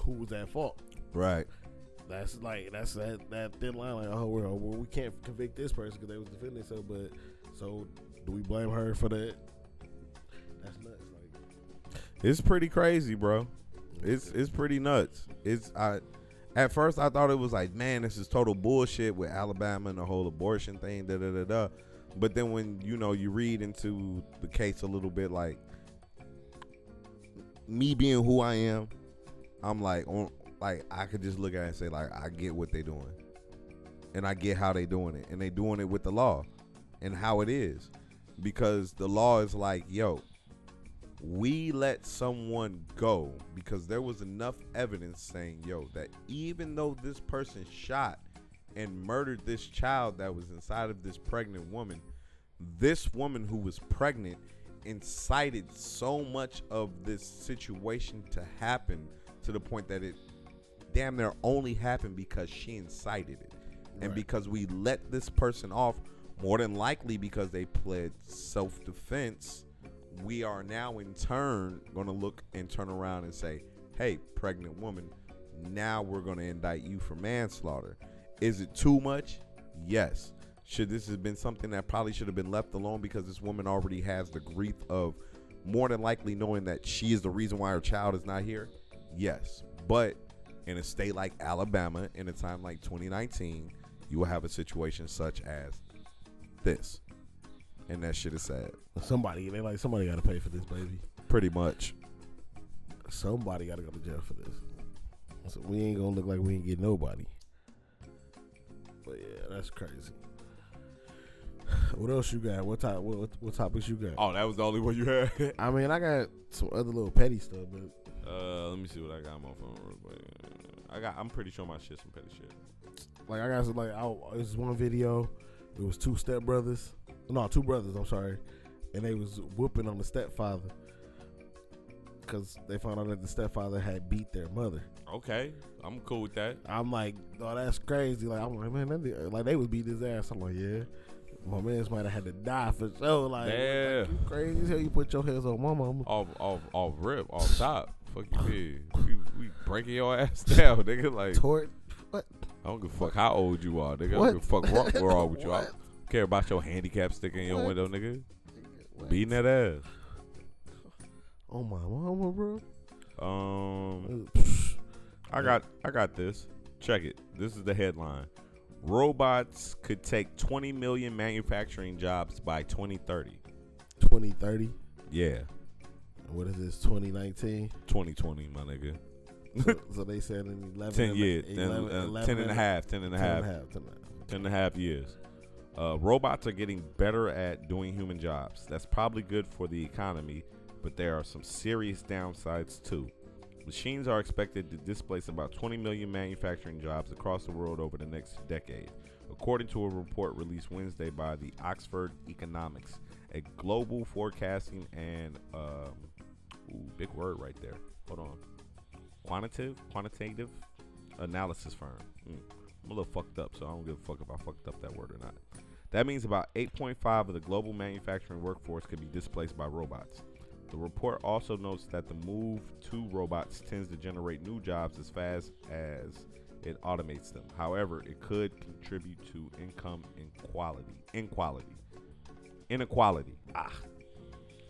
Who was at fault? Right. That's like that's that that thin line. Like, oh, well, well, we can't convict this person because they was defending themselves. But so, do we blame her for that? That's nuts. Like, It's pretty crazy, bro. It's it's pretty nuts. It's I at first I thought it was like, man, this is total bullshit with Alabama and the whole abortion thing, da da da da. But then when you know you read into the case a little bit, like me being who I am, I'm like on like I could just look at it and say like I get what they doing, and I get how they doing it, and they doing it with the law, and how it is, because the law is like yo, we let someone go because there was enough evidence saying, yo, that even though this person shot and murdered this child that was inside of this pregnant woman, this woman who was pregnant incited so much of this situation to happen to the point that it damn near only happened because she incited it. And Right. because we let this person off, more than likely because they pled self defense, we are now in turn going to look and turn around and say, hey, pregnant woman, now we're going to indict you for manslaughter. Is it too much? Yes. Should this have been something that probably should have been left alone because this woman already has the grief of more than likely knowing that she is the reason why her child is not here? Yes. But in a state like Alabama, in a time like 2019, you will have a situation such as this. And that shit is sad. somebody, they like somebody got to pay for this, baby. Pretty much. Somebody got to go to jail for this. So we ain't gonna look like we ain't get nobody. But yeah, that's crazy. What else you got? What type? What, what, what topics you got? Oh, that was the only one you had. I mean, I got some other little petty stuff, but Uh, let me see what I got on my phone real quick. I got. I'm pretty sure my shit's some petty shit. like I got some like I, this one video. It was two stepbrothers, no, two brothers. I'm sorry, and they was whooping on the stepfather because they found out that the stepfather had beat their mother. Okay, I'm cool with that. I'm like, oh, that's crazy. Like I'm like, man, that nigga- like they was beat his ass. I'm like, yeah, my man's might have had to die for sure. Like, Yeah. like, you crazy as hell. You put your hands on my mama. Oh, Off, off, off rip, off top. Fuck you, yeah. We, we breaking your ass down, nigga. Like Tort. What? I don't give a fuck how old you are, nigga. I What? don't give a fuck what we're all with you. I What? don't care about your handicap sticking in your What? window, nigga. What? Beating that ass. Oh my mama, bro. Um. Psh, I got I got this. Check it. This is the headline. Robots could take 20 million manufacturing jobs by 2030. 2030. Yeah, What is this? 2019. 2020, my nigga. so, so they said in 11, 10 years. 11, 10, uh, 11, 10 and a half, 10 and a 10 half, and a half, 10 and a half. 10 and a half years. Uh, robots are getting better at doing human jobs. That's probably good for the economy, but there are some serious downsides too. Machines are expected to displace about 20 million manufacturing jobs across the world over the next decade, according to a report released Wednesday by the Oxford Economics, a global forecasting and um, ooh, big word right there. Hold on, quantitative, quantitative analysis firm. Mm. I'm a little fucked up, so I don't give a fuck if I fucked up that word or not. That means about 8.5 of the global manufacturing workforce could be displaced by robots. The report also notes that the move to robots tends to generate new jobs as fast as it automates them. However, it could contribute to income inequality. Inequality. Inequality. Ah.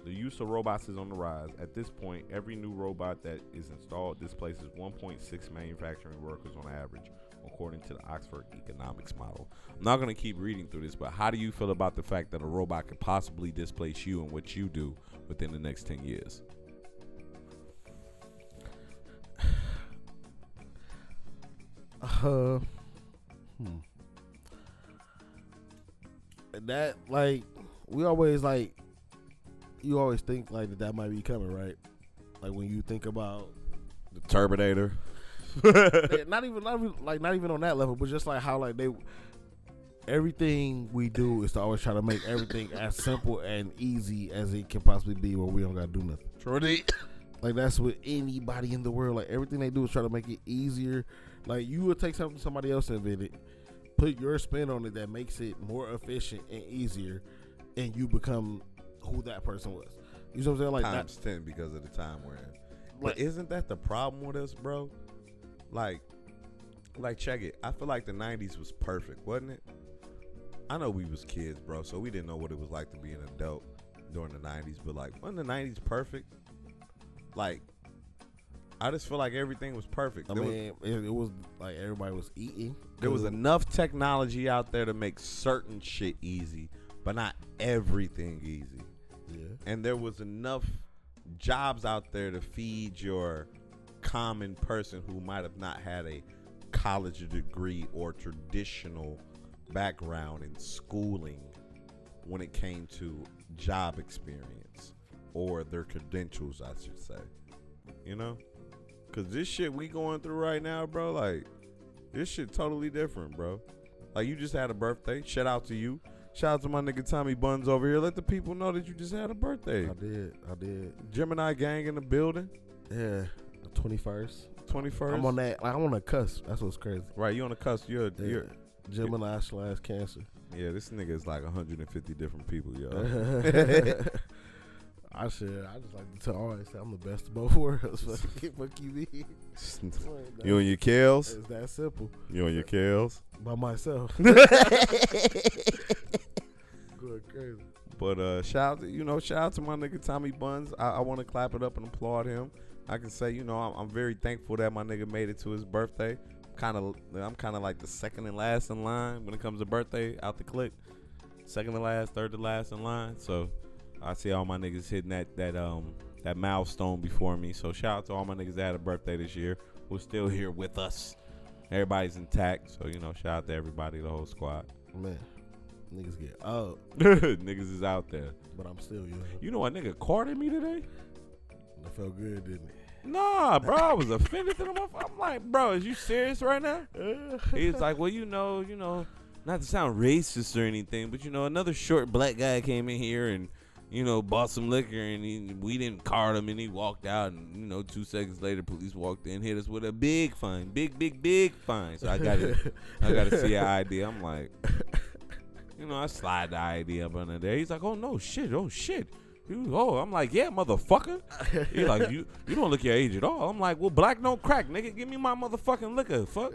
The use of robots is on the rise. At this point, every new robot that is installed displaces 1.6 manufacturing workers on average, according to the Oxford Economics model. I'm not going to keep reading through this, but how do you feel about the fact that a robot could possibly displace you and what you do within the next 10 years? Uh, hmm. That like we always like you always think like that, that might be coming, right? Like when you think about The Terminator. not even not even like not even on that level, but just like how like they everything we do is to always try to make everything as simple and easy as it can possibly be where we don't gotta do nothing. Trudy. Like that's with anybody in the world. Like everything they do is try to make it easier. Like you would take something somebody else invented, put your spin on it that makes it more efficient and easier, and you become who that person was. You know what I'm saying? Like that, times ten because of the time we're in. Like- but isn't that the problem with us, bro? Like, like check it. I feel like the '90s was perfect, wasn't it? I know we was kids, bro, so we didn't know what it was like to be an adult during the '90s. But like, wasn't the '90s perfect? Like, I just feel like everything was perfect. I There was- mean, it, it was like everybody was eating. there was enough technology out there to make certain shit easy, but not everything easy. yeah. and there was enough jobs out there to feed your common person who might have not had a college degree or traditional background in schooling when it came to job experience or their credentials, I should say. You know? Cause this shit we going through right now, bro, like this shit totally different, bro. Like you just had a birthday. Shout out to you. Shout out to my nigga Tommy Buns over here. Let the people know that you just had a birthday. I did. I did. Gemini gang in the building. Yeah. Twenty first. Twenty first. I'm on that. Like I'm on a cusp. That's what's crazy. Right, you on the cusp. You're, Yeah. you're Gemini slash Cancer. yeah. This nigga is like 150 different people, yo. I should. I just like to tell, always say I'm the best of both worlds. Fuck you, fuck you, me. you and your Kels. It's that simple. You and your Kels. By myself. Going crazy. But uh, shout out, to, you know, shout out to my nigga Tommy Buns. I, I want to clap it up and applaud him. I can say, you know, I'm, I'm very thankful that my nigga made it to his birthday. Kind of, I'm kind of like the second and last in line when it comes to birthday out the click. Second to last, third to last in line. So I see all my niggas hitting that that um that milestone before me. So shout out to all my niggas that had a birthday this year. Who's still here with us? Everybody's intact. So you know, shout out to everybody, the whole squad. Man, niggas get up, niggas is out there. but I'm still young. You know, a nigga carded me today? That felt good, didn't it? Nah, bro, I was offended to the motherfucker. I'm like, bro, is you serious right now? He's like, well, you know, you know, not to sound racist or anything, but you know, another short black guy came in here and, you know, bought some liquor and he, we didn't card him and he walked out and you know, two seconds later, police walked in, hit us with a big fine, big, big, big fine. So I got it. I got to see an idea. I'm like, you know, I slide the idea up under there. He's like, oh no, shit, oh shit. You, oh, I'm like, yeah, motherfucker. He's like, you, you don't look your age at all. I'm like, well, black don't crack, nigga. Give me my motherfucking liquor. Fuck,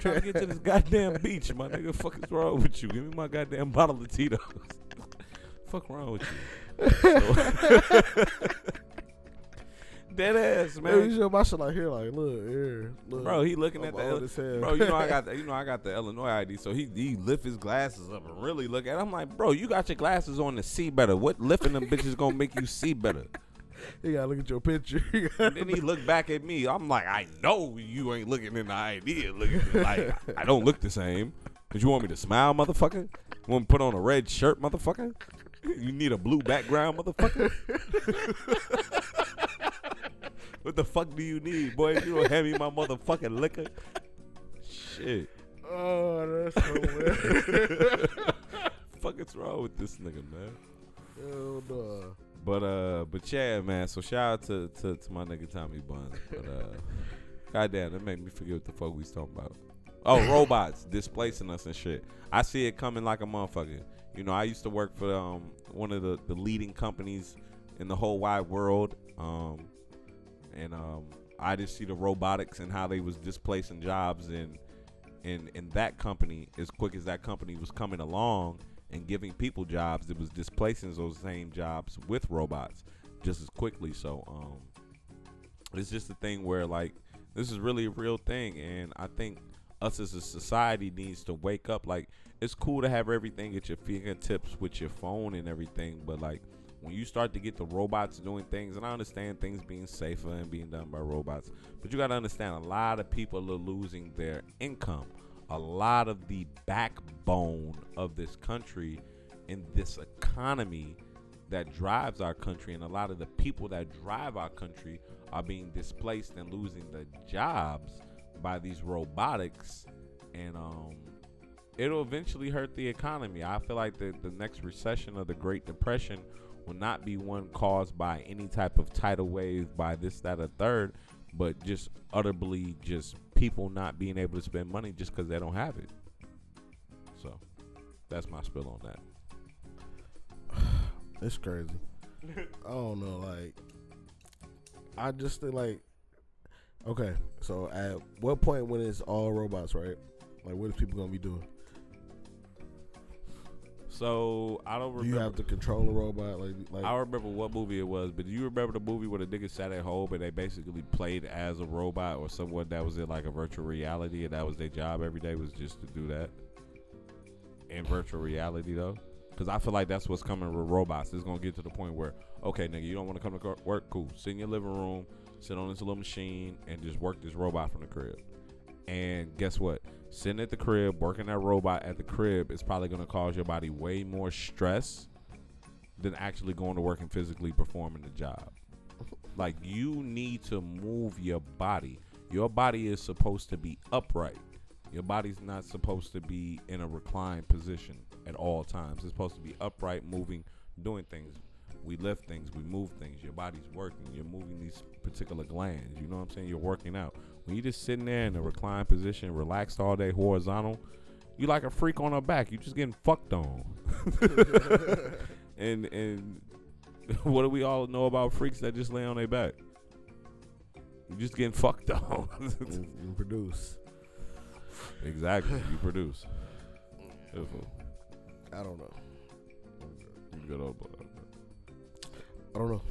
trying to get to this goddamn beach, my nigga. Fuck is wrong with you? Give me my goddamn bottle of Tito's. fuck wrong with you? Dead ass, Man, you man. should my shit like here, like look, here, look. Bro, he looking I'm at the old L- as hell. Bro, you know I got the, you know I got the Illinois ID, so he he lift his glasses up and really look at. it. I'm like, bro, you got your glasses on to see better. What lifting them bitches gonna make you see better? He gotta look at your picture. And then he looked back at me. I'm like, I know you ain't looking in the ID. Looking like I don't look the same. Did you want me to smile, motherfucker? You want me to put on a red shirt, motherfucker? You need a blue background, motherfucker. What the fuck do you need, boy? If you don't hand me my motherfucking liquor, shit. Oh, that's so weird. Fuck is wrong with this nigga, man? Hell no. But uh, but yeah, man. So shout out to to, to my nigga Tommy Buns. But uh, goddamn, that made me forget what the fuck we was talking about. Oh, robots displacing us and shit. I see it coming like a motherfucker. You know, I used to work for um one of the the leading companies in the whole wide world. Um, and um, I just see the robotics and how they was displacing jobs and in in that company as quick as that company was coming along and giving people jobs it was displacing those same jobs with robots just as quickly so um it's just a thing where like this is really a real thing and i think us as a society needs to wake up like it's cool to have everything at your fingertips with your phone and everything but like when you start to get the robots doing things and i understand things being safer and being done by robots but you got to understand a lot of people are losing their income a lot of the backbone of this country and this economy that drives our country and a lot of the people that drive our country are being displaced and losing their jobs by these robotics and um it'll eventually hurt the economy i feel like the, the next recession of the great depression will not be one caused by any type of tidal wave by this that or third but just utterly just people not being able to spend money just because they don't have it so that's my spill on that It's crazy. I don't know. Like, I just think like, okay. So at what point when it's all robots, right? Like, what is people gonna be doing? so i don't Do you remember have to control a robot? Like, like I don't remember what movie it was, but do you remember the movie where the nigga sat at home and they basically played as a robot or someone that was in like a virtual reality and that was their job every day was just to do that? In virtual reality though? Because I feel like that's what's coming with robots. It's going to get to the point where, okay, nigga, you don't want to come to cor- work? Cool. Sit in your living room, sit on this little machine, and just work this robot from the crib. And guess what? Sitting at the crib, working that robot at the crib is probably going to cause your body way more stress than actually going to work and physically performing the job. Like you need to move your body. Your body is supposed to be upright. Your body's not supposed to be in a reclined position at all times. It's supposed to be upright, moving, doing things. We lift things, we move things. Your body's working. You're moving these particular glands. You know what I'm saying? You're working out. When you're just sitting there in a reclined position, relaxed all day, horizontal, you like a freak on her back. You just getting fucked on. and and what do we all know about freaks that just lay on their back? You just getting fucked on. and, and produce. exactly. You produce. Beautiful. I don't know. You good old boy. I don't know.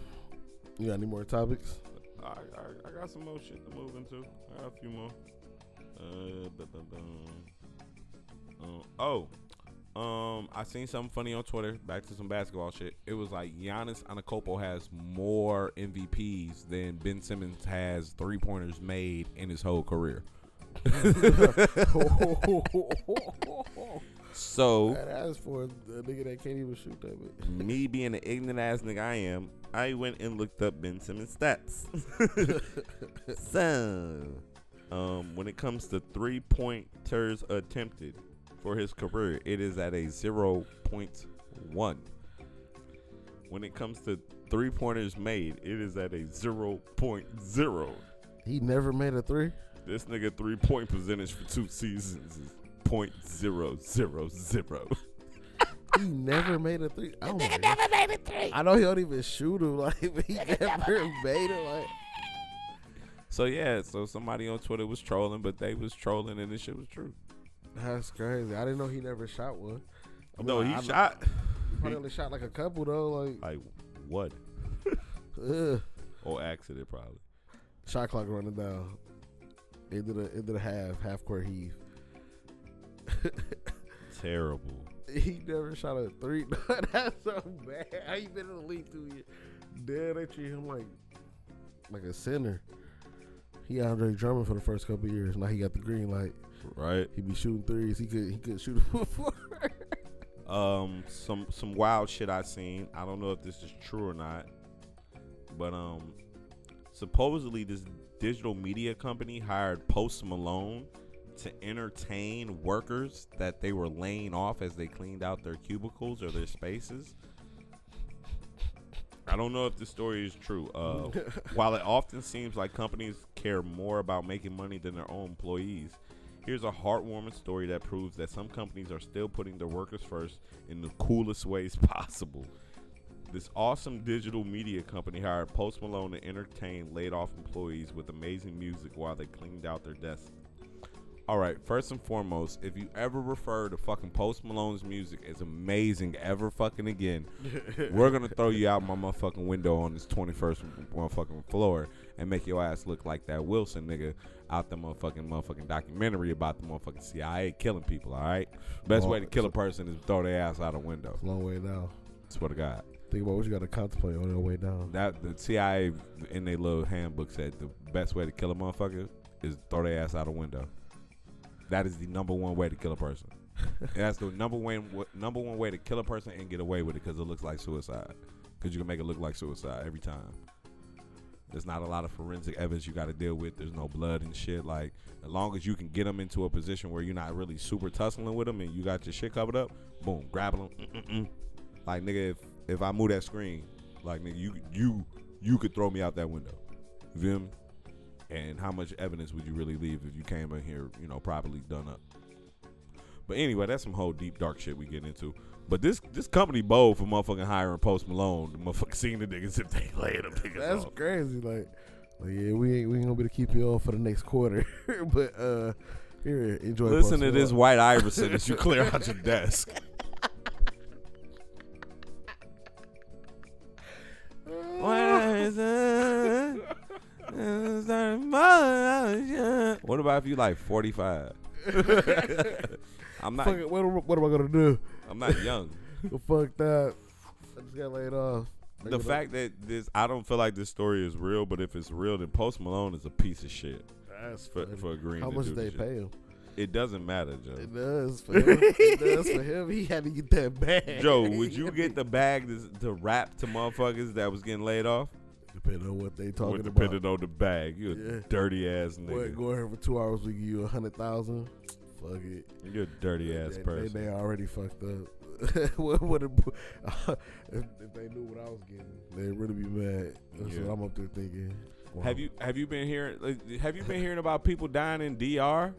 You got any more topics? I, I, I got some more shit to move into. I got a few more. Uh, da, da, da. Uh, oh, um, I seen something funny on Twitter. Back to some basketball shit. It was like Giannis Antetokounmpo has more MVPs than Ben Simmons has three pointers made in his whole career. So That ass for a nigga that can't even shoot that bit. me being the ignorant ass nigga I am, I went and looked up Ben Simmons stats. so, um, when it comes to three pointers attempted for his career, it is at a 0.1. When it comes to three pointers made, it is at a 0.0. He never made a three. This nigga three point percentage for two seasons is 0.000. He never made a three. Oh nigga never made a three. I know he don't even shoot him. Like but he never made it. Like So yeah, so somebody on Twitter was trolling, but they was trolling and this shit was true. that's crazy. I didn't know he never shot one. I mean, no, like, he I- shot He probably only shot like a couple though. Like like what? ugh. Or accident probably. shot clock running down. Into the into the half half court heave. Terrible. He never shot a three. that's so bad. How you been in the league two years? Damn, they treat him like like a center. He Andre Drummond for the first couple years. Now he got the green light. Right. He be shooting threes. He could he could shoot them before. Um some some wild shit I seen. I don't know if this is true or not. But um Supposedly, this digital media company hired Post Malone to entertain workers that they were laying off as they cleaned out their cubicles or their spaces. I don't know if the story is true. Uh, while it often seems like companies care more about making money than their own employees, here's a heartwarming story that proves that some companies are still putting their workers first in the coolest ways possible. This awesome digital media company hired Post Malone to entertain laid off employees with amazing music while they cleaned out their desks. All right, first and foremost, if you ever refer to fucking Post Malone's music as amazing ever fucking again, we're gonna throw you out my motherfucking window on this 21st motherfucking floor and make your ass look like that Wilson nigga out the motherfucking motherfucking documentary about the motherfucking CIA killing people, all right? Best way to kill a person is throw their ass out a window. Long way down. Swear to God. Think about what you got to contemplate on your way down. That the CIA in their little handbook said the best way to kill a motherfucker is throw their ass out a window. That is the number one way to kill a person. That's the number one wa- number one way to kill a person and get away with it because it looks like suicide. Because you can make it look like suicide every time. There's not a lot of forensic evidence you got to deal with. There's no blood and shit. Like as long as you can get them into a position where you're not really super tussling with them and you got your shit covered up, boom, grab them. Mm-mm-mm. Like nigga, if if I move that screen, like nigga, you you you could throw me out that window. You feel me? and how much evidence would you really leave if you came in here, you know, properly done up? But anyway, that's some whole deep dark shit we get into. But this this company bold for motherfucking hiring Post Malone, the motherfucking seeing the niggas if they laying them niggas That's off. crazy. Like, like, yeah, we ain't we ain't gonna be able to keep you on for the next quarter. but uh, here, enjoy. Listen Post to this Malone. White Iverson as you clear out your desk. What about if you like 45? I'm not Fuck it, what, am- what am I gonna do? I'm not young. Well, Fuck that. I just got laid off. the fact that this I don't feel like this story is real, but if it's real then Post Malone is a piece of shit that's for, funny. for agreeing How to much do did they this pay shit. him? It doesn't matter, Joe. It does for him. it does for him. He had to get that back. Joe, would you get the bag to, to rap to motherfuckers that was getting laid off? Depending on what they Or talking about. depending on the bag. You a Yeah. dirty ass nigga. What going here for two hours? We give you a hundred thousand. Fuck it. You're a dirty ass they, person. They, they already fucked up. what, what a- if, if they knew what I was getting, they'd really be mad. That's Yeah. what I'm up there thinking. Have Wow. you have you been hearing like, have you been hearing about people dying in DR?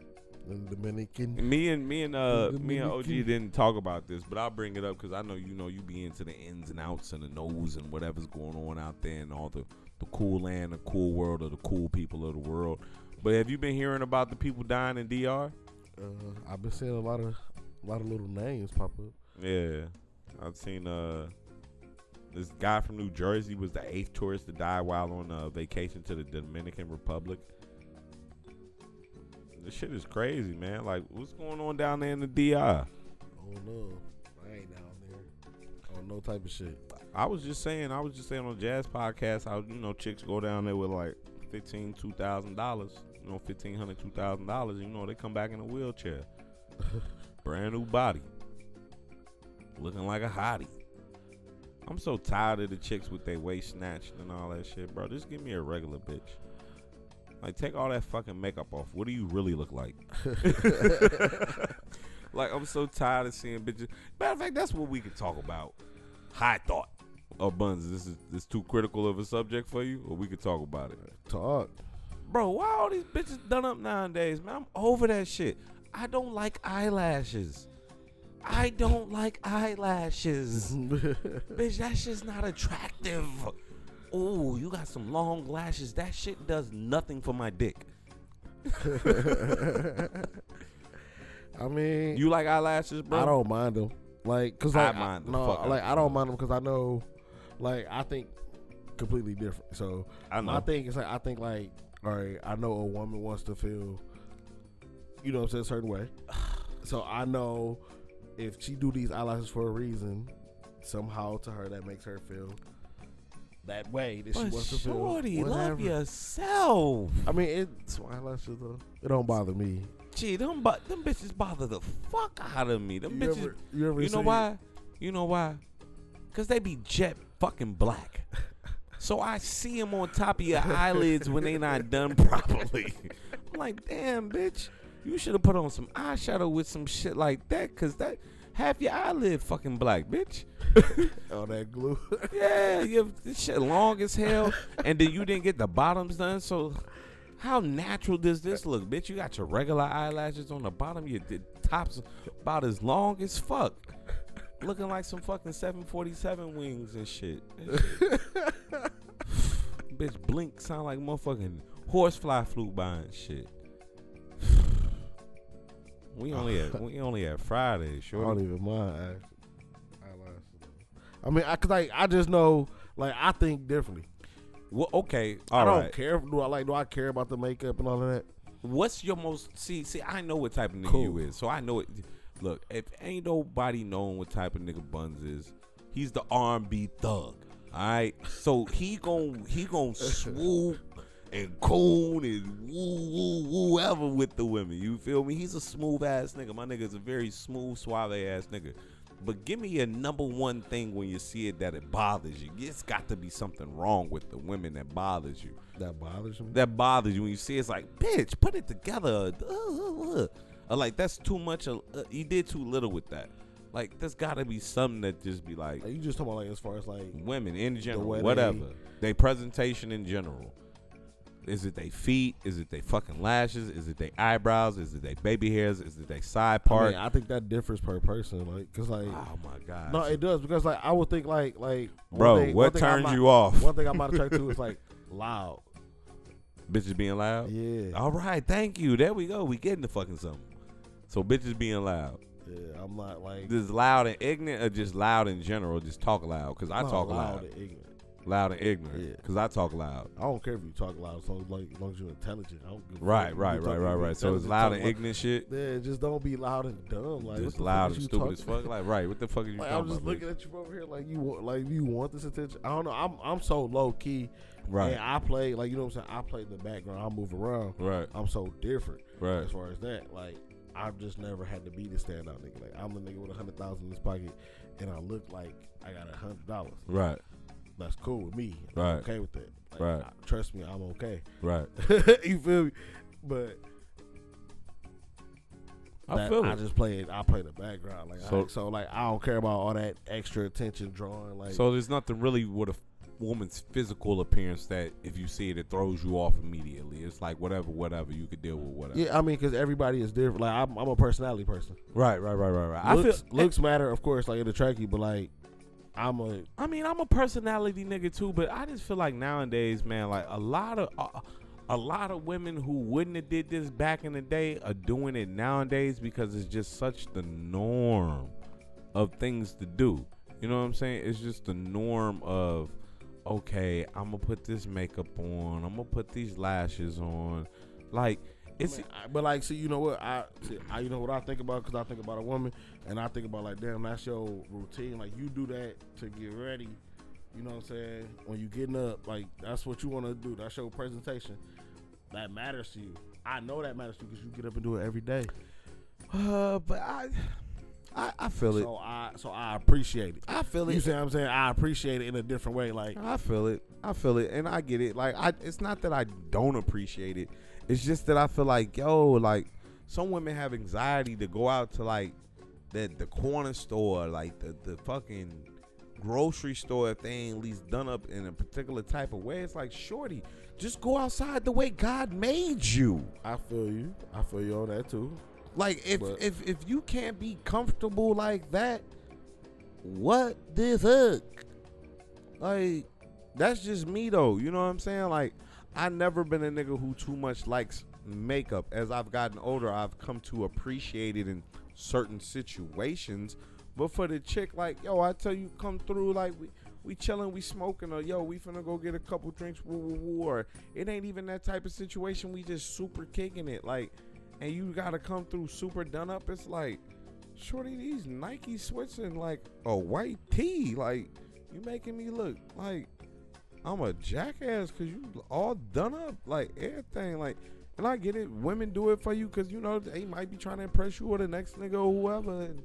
In Dominican? Me and me and uh The me and OG Dominican. didn't talk about this, but I'll bring it up because I know you know you be into the ins and outs and the knows and whatever's going on out there and all the the cool land, the cool world, or the cool people of the world. But have you been hearing about the people dying in DR? Uh, I've been seeing a lot of, a lot of little names pop up. Yeah, I've seen uh this guy from New Jersey was the eighth tourist to die while on uh, vacation to the Dominican Republic. This shit is crazy, man. Like, what's going on down there in the DR? I don't know. I ain't down there. On no type of shit. I was just saying, I was just saying on Jazz Podcast how, you know, chicks go down there with like fifteen, two thousand dollars, you know, fifteen hundred, two thousand dollars, you know, they come back in a wheelchair. Brand new body. Looking like a hottie. I'm so tired of the chicks with their waist snatched and all that shit, bro. Just give me a regular bitch. Like take all that fucking makeup off. What do you really look like? like I'm so tired of seeing bitches. Matter of fact, that's what we could talk about high thought. Oh, Buns, this is this too critical of a subject for you, or we could talk about it. Talk. Bro, why all these bitches done up nowadays, man? I'm over that shit. I don't like eyelashes. I don't like eyelashes. Bitch, that shit's not attractive. Ooh, you got some long lashes. That shit does nothing for my dick. I mean, You like eyelashes, bro? I don't mind them. Like, cause I like, mind the no, fuck out like of I don't mind them because I know, like I think completely different. So I know. my thing is like I think like all right, I know a woman wants to feel, you know, what I'm saying a certain way. So I know if she do these eyelashes for a reason, somehow to her that makes her feel that way that she But wants to feel. shorty, love whatever. yourself. I mean, it's eyelashes though. It don't bother me. Gee, them, bo- them bitches bother the fuck out of me. Them you bitches ever, you ever You know seen- why? You know why? Cause they be jet fucking black. So I see him on top of your eyelids when they not done properly. I'm like, damn, bitch, you should have put on some eyeshadow with some shit like that, cause that half your eyelid fucking black, bitch. All that glue. Yeah, you have this shit long as hell, and then you didn't get the bottoms done. So, how natural does this look, bitch? You got your regular eyelashes on the bottom. Your the tops about as long as fuck, looking like some fucking 747 wings and shit. That shit- bitch, blink sound like motherfucking horsefly flew by and shit. We only at we only at Friday, I don't shorty. even mind. actually. Eyelashes. I mean, I cause like I just know like I think differently. Well, okay, all right. I don't care. Do I like? Do I care about the makeup and all of that? What's your most see? See, I know what type of nigga you Cool. is, so I know it. Look, if ain't nobody knowing what type of nigga Buns is, he's the R&B thug. All right, so he gon' he gon' swoop and coon and woo woo woo ever with the women. You feel me? He's a smooth ass nigga. My nigga's a very smooth, suave ass nigga. But give me your number one thing when you see it that it bothers you. It's got to be something wrong with the women that bothers you That bothers me. that bothers you when you see it, it's like bitch put it together Uh, uh, uh. Or like that's too much of, uh, you did too little with that like there's gotta be something that just be like Like, you just talking about like as far as like women in general way they- whatever they presentation in general is it they feet is it they fucking lashes is it they eyebrows is it they baby hairs is it they side I, part mean, I think that differs per person. Like, cause like oh my god no, it does because like I would think like like one bro thing- one what thing I turns might- you off One thing I'm not attracted to is like loud. bitches being loud Yeah, all right thank you there we go we getting the fucking something so bitches being loud yeah. I'm not like just loud and ignorant or just loud in general just talk loud because i I'm not talk loud and ignorant. loud and ignorant Yeah. because i talk loud I don't care if you talk loud, so like as long as you're intelligent. I don't give a fuck if right you right talk- right if right you right so it's intelligent, loud talk and ignorant shit Yeah, just don't be loud and dumb. Like what just the loud fuck and is you stupid talking- as fuck like right what the fuck are you Like, talking I'm just about looking bitch? at you from over here like you want like you want this attention. I don't know. I'm I'm so low key. And right I play like you know what I'm saying. I play in the background. I move around. right I'm so different right as far as that. Like I've just never had to be the standout nigga. Like I'm the nigga with a hundred thousand in his pocket, and I look like I got a hundred dollars. right That's cool with me. I'm Right. okay with that. Like, Right. I- trust me, I'm okay. right you feel me? But i that- feel it just play it. I play the background. Like so, So- I, so like I don't care about all that extra attention drawing. Like so there's nothing really with a woman's physical appearance that if you see it it throws you off immediately it's like whatever whatever you could deal with whatever yeah, I mean, because everybody is different. Like I'm, I'm a personality person. right right right right right looks, i feel looks matter, of course. Like it'll attract you, but like I'm a I mean, I'm a personality nigga too, but I just feel like nowadays, man, like a lot of uh, a lot of women who wouldn't have did this back in the day are doing it nowadays because it's just such the norm of things to do. You know what I'm saying? It's just the norm of okay, I'm gonna put this makeup on, I'm gonna put these lashes on. Like It's, it's but like, see, you know what I, see, I, you know what I think about because I think about a woman, and I think about like, damn, that's your routine. Like you do that to get ready. You know what I'm saying? When you getting up, like that's what you want to do. That's your presentation. That matters to you. I know that matters to you because you get up and do it every day. uh but I I, I feel So I, so I appreciate it. I feel You see what I'm saying? I appreciate it in a different way. Like I feel it. I feel it, and I get it. Like I, it's not that I don't appreciate it. It's just that I feel like yo, like some women have anxiety to go out to like the the corner store, like the the fucking grocery store if they ain't at least done up in a particular type of way. It's like shorty, just go outside the way God made you. I feel you. I feel you on that too. Like if But- if if you can't be comfortable like that, what the fuck? Like that's just me though. You know what I'm saying? Like I never been a nigga who too much likes makeup. As I've gotten older, I've come to appreciate it in certain situations. But for the chick, like yo, I tell you, come through. Like we we chilling, we smoking, or yo, we finna go get a couple drinks. Woo woo woo. Or it ain't even that type of situation. We just super kicking it. Like and you gotta come through super done up, it's like, shorty, these Nike switching like a white tee. Like, you making me look like I'm a jackass because you all done up, like everything. Like, and I get it, women do it for you because you know they might be trying to impress you or the next nigga or whoever. And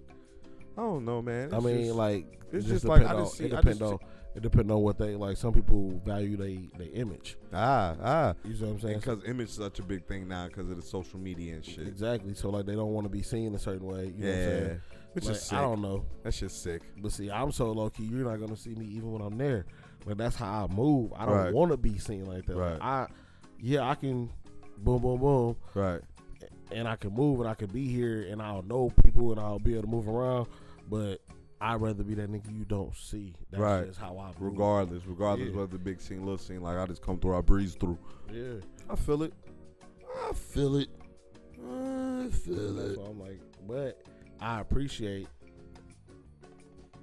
I don't know, man. I It's mean, just- like it it's just, just like, depend I on just see- it I depend just on it depend on what they like. Some people value they they image. ah ah. You see what I'm saying? Because image is such a big thing now because of the social media and shit. Exactly. So like they don't want to be seen a certain way. You know what I'm yeah, saying? which Like, is sick. I don't know. That shit's sick. But see, I'm so low key. You're not gonna see me even when I'm there. But that's how I move. I don't Right. want to be seen like that. Like, Right. I, yeah, I can, boom, boom, boom, Right. and I can move and I can be here and I'll know people and I'll be able to move around. But I'd rather be that nigga you don't see. That's Right. just how I move. Regardless, regardless Yeah. whether big scene, little scene, like I just come through, I breeze through. Yeah. I feel it. I feel it. I feel it. So I'm like, but I appreciate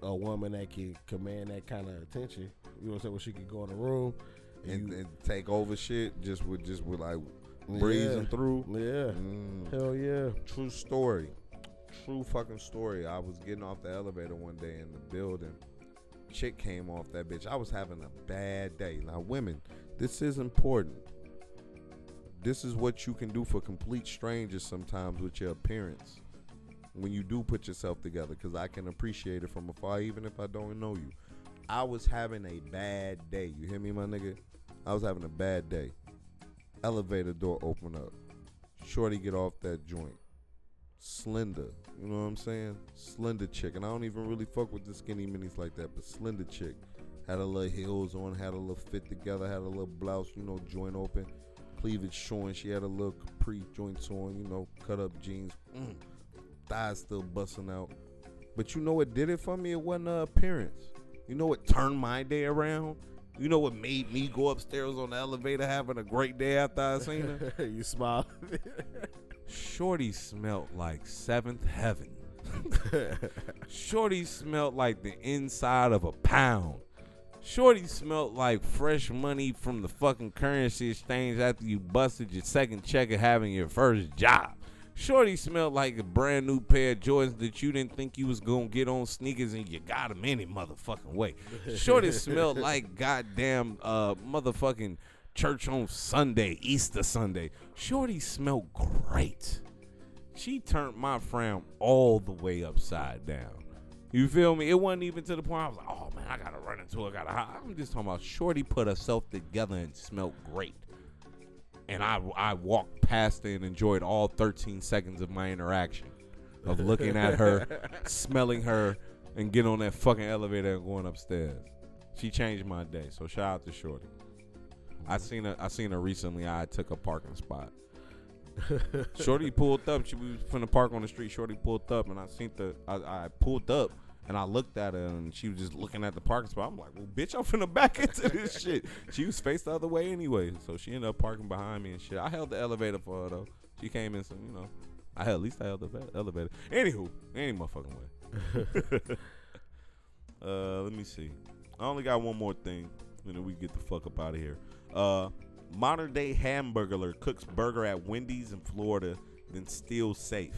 a woman that can command that kind of attention. You know what I'm saying? When she can go in the room and, you- and take over shit just with just with like Yeah. breezing through. yeah. Mm-hmm. Mm. Hell yeah. True story, true fucking story. I was getting off the elevator one day in the building. Chick came off that bitch. I was having a bad day. Now, women, this is important. This is what you can do for complete strangers sometimes with your appearance. When you do put yourself together, because I can appreciate it from afar, even if I don't know you. I was having a bad day. You hear me, my nigga? I was having a bad day. Elevator door open up. Shorty get off that joint. Slender. You know what I'm saying? Slender chick. And I don't even really fuck with the skinny minis like that, but slender chick. Had a little heels on, had a little fit together, had a little blouse, you know, joint open, cleavage showing. She had a little capri joints on, you know, cut up jeans, mm, thighs still busting out. But you know what did it for me? It wasn't her appearance. You know what turned my day around? You know what made me go upstairs on the elevator having a great day after I seen her? you smile. Shorty smelt like seventh heaven. Shorty smelt like the inside of a pound. Shorty smelt like fresh money from the fucking currency exchange after you busted your second check of having your first job. Shorty smelled like a brand new pair of Jordans that you didn't think you was gonna get on sneakers and you got them any motherfucking way. Shorty smelled like goddamn uh motherfucking church on Sunday, Easter Sunday. Shorty smelled great she turned my frown all the way upside down. You feel me? It wasn't even to the point I was like, oh man, I gotta run into it. I gotta. hi-" I'm just talking about Shorty put herself together and smelled great. And I, I walked past her and enjoyed all 13 seconds of my interaction of looking at her, smelling her, and getting on that fucking elevator and going upstairs. She changed my day. So shout out to Shorty. I seen her. I seen her recently. I took a parking spot. Shorty pulled up. She was from the park on the street. Shorty pulled up, and I seen the. I, I pulled up, and I looked at her, and she was just looking at the parking spot. I'm like, well, bitch, I'm finna back into this shit. She was faced the other way anyway, so she ended up parking behind me and shit. I held the elevator for her though. She came in, so you know, I held, at least I held the ve- elevator. Anywho, any motherfucking way. uh, let me see. I only got one more thing, and then we get the fuck up out of here. Uh, modern day hamburger cooks burger at Wendy's in Florida, then still safe.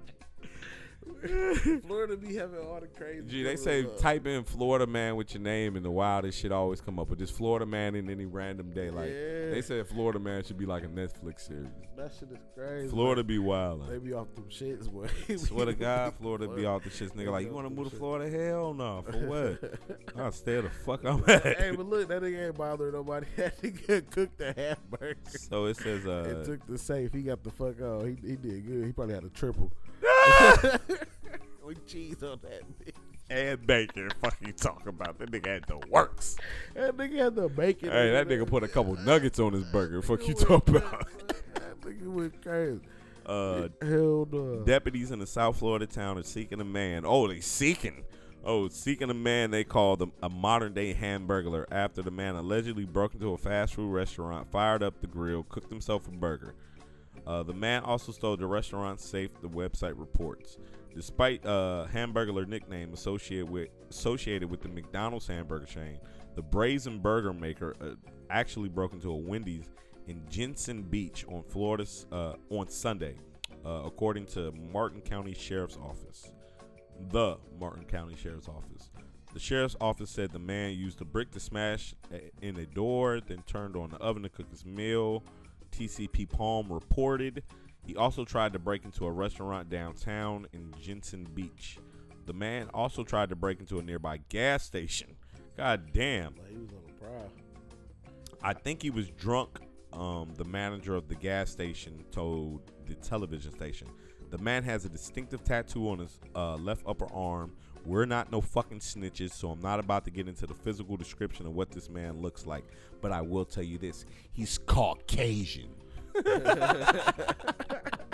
Florida be having all the crazy. Gee, they say type in Florida man with your name and the wildest shit always come up. But just Florida man in any random day, like Yeah. they said, Florida man should be like a Netflix series. that shit is crazy. Florida be wild. They be off them shits, boy. Swear to God, Florida be Florida. off the shits, nigga. Like, you want to move to Shit. Florida? Hell no. For what? I'll stay the fuck I'm at. hey, but look, that nigga ain't bothering nobody. That nigga cooked the hamburger. So it says, It uh, took the safe. He got the fuck out. He, he did good. He probably had a triple. With cheese on that bitch. and bacon. Fucking talk about that nigga had the works. That nigga had the bacon. Hey, in that it. nigga put a couple nuggets on his burger. Fuck you That nigga talking went about. nuts, man. That nigga went crazy. Uh, Hell no. deputies in the South Florida town are seeking a man. Oh, they seeking. Oh, seeking a man they call the, a modern day hamburglar after the man allegedly broke into a fast food restaurant, fired up the grill, cooked himself a burger. Uh, the man also stole the restaurant's safe, the website reports. Despite uh, hamburglar nickname associated with associated with the McDonald's hamburger chain, the brazen burger maker uh, actually broke into a Wendy's in Jensen Beach on Florida uh, on Sunday, uh, according to Martin County Sheriff's Office. The Martin County Sheriff's Office. The sheriff's office said the man used a brick to smash a- in a door, then turned on the oven to cook his meal. TCP Palm reported He also tried to break into a restaurant downtown in Jensen Beach. The man also tried to break into a nearby gas station. God damn. Like he was on a prowl. I think he was drunk. Um, the manager of the gas station told the television station. The man has a distinctive tattoo on his uh, left upper arm. We're not no fucking snitches, so I'm not about to get into the physical description of what this man looks like. But I will tell you this he's Caucasian.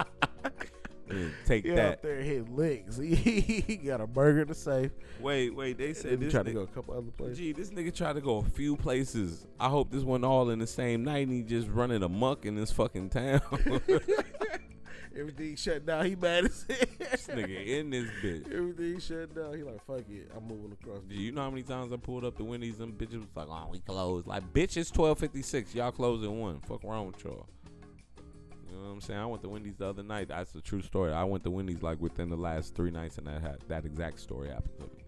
Mm, Take Yeah, that. up there hitting licks. He, got a burger in the safe. Wait, wait. They He said tried this. to nigga- go a couple other places. Gee, this nigga tried to go a few places. I hope this went all in the same night and he just running amok in this fucking town. this Everything shut down. He mad as hell. nigga in this bitch. Everything shut down. He like, fuck it. I'm moving across. Do you know how many times I pulled up the Wendy's? Them bitches was like, "Oh, we closed." Like, bitch, it's twelve fifty six. Y'all close at one. Fuck wrong with y'all. You know what I'm saying? I went to Wendy's the other night. That's a true story. I went to Wendy's like within the last three nights, and that had, that exact story happened to me.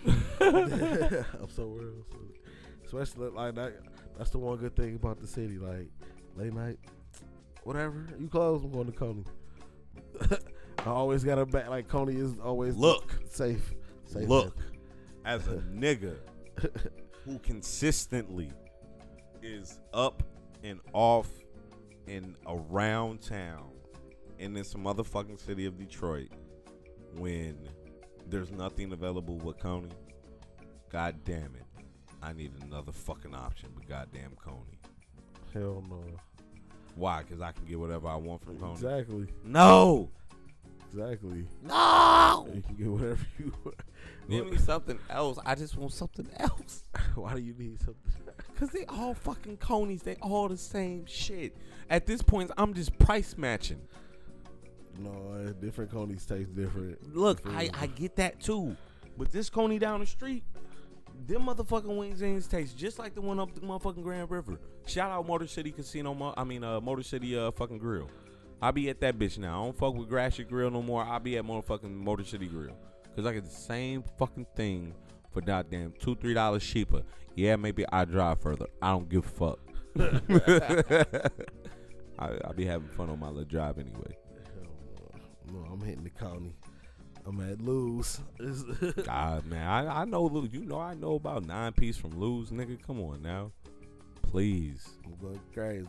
So Fuck it. I'm somewhere else. Especially like that. That's the one good thing about the city. Like late night, whatever. You close. I'm going to Coney. I always got a back. Like Coney is always Look. safe. safe Look, as a nigga who consistently is up and off and around town in this motherfucking city of Detroit when there's nothing available with Coney, god damn it. I need another fucking option but goddamn Coney. Hell no. Why? Because I can get whatever I want from Coney. Exactly. No! Exactly. No! You can get whatever you want. Give me something else. I just want something else. Why do you need something? Cause they all fucking conies. They all the same shit. At this point, I'm just price matching. No, uh, different conies taste different. Look, For I, real. I get that too. But this coney down the street, them motherfucking wings ends taste just like the one up the motherfucking Grand River. Shout out Motor City Casino. Mo- I mean, uh, Motor City uh fucking grill. I be at that bitch now. I don't fuck with Gratiot Grill no more. I be at motherfucking Motor City Grill. Cause I get the same fucking thing for goddamn two three dollars cheaper. Yeah, maybe I drive further. I don't give a fuck. I, I be having fun on my little drive anyway. Hell no. No, I'm hitting the county. I'm at Lou's. It's- God, man, I, I know Lou. You know I know about nine piece from Lou's, nigga. Come on now, please, I'm going crazy.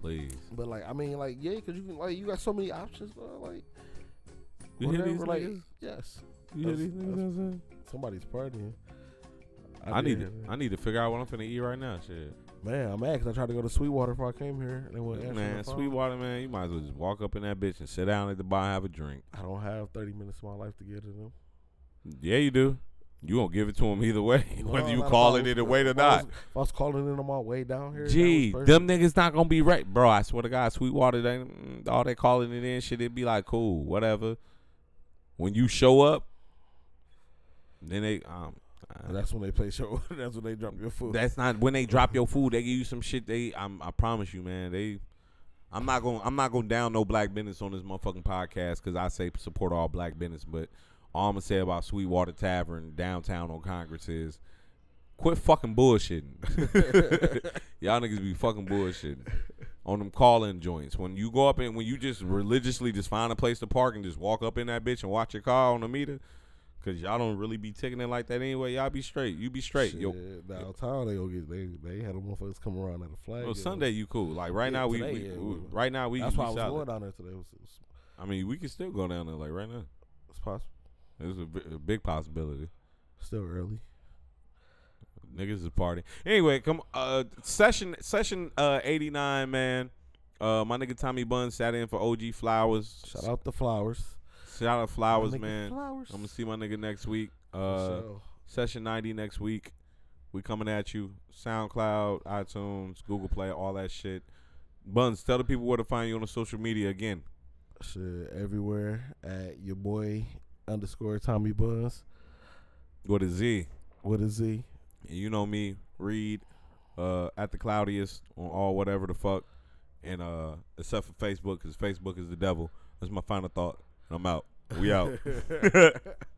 please. But like, I mean, like, yeah, cause you can like, you got so many options, bro. Like, You hear whatever. these like, niggas? yes, You hear that's- these niggas? that's- I'm saying? somebody's partying. I, need did, to, I need to figure out what I'm finna eat right now. Shit, man. I'm mad 'cause I tried to go to Sweetwater before I came here. And they wouldn't answer my man, phone. Sweetwater, man, you might as well just walk up in that bitch and sit down at the bar and have a drink. I don't have 30 minutes of my life to get to them. Yeah, you do. You won't give it to them either way, No, whether you not if I calling was- it a wait or if I was- not. If I was calling in on my way down here, that Gee, was them niggas not gonna be right, bro. I swear to God, Sweetwater, they, mm, all they calling it in, shit, it be like cool, whatever. When you show up, then they um, And that's when they play show. that's when they drop your food. that's not when they drop your food. They give you some shit. They, I'm, I promise you, man. They, I'm not gonna, I'm not gonna down no black business on this motherfucking podcast because I say support all black business, but all I'm gonna say about Sweetwater Tavern downtown on Congress is, quit fucking bullshitting. Y'all niggas be fucking bullshitting on them call-in joints. When you go up and when you just religiously just find a place to park and just walk up in that bitch and watch your car on the meter. Cause y'all don't really be ticking it like that anyway. Y'all be straight. You be straight. Yo, Shit, downtown they gonna get they they had the motherfuckers come around at a flag. well, you know. Sunday you cool. Like right Yeah, now we, today, we- yeah, we- we- right now we. That's we why I was solid. going down there today. It was, it was, I mean, we can still go down there. Like right now, it's possible. it's a, bi- a big possibility. Still early. Niggas is party. Anyway, come uh session session uh eighty nine man. Uh, my nigga Tommy Bun sat in for OG Flowers. Shout out the flowers. Shout out Flowers, My nigga man. Flowers. I'm gonna see my nigga next week. Uh, So, session ninety next week. We coming at you. SoundCloud, iTunes, Google Play, all that shit. Buns, tell the people where to find you on the social media again. shit everywhere at your boy underscore Tommy Buns What is Z? with a Z. And you know me, Reed, uh, at the cloudiest on all whatever the fuck, and uh, except for Facebook, because Facebook is the devil. That's my final thought. And I'm out. We out.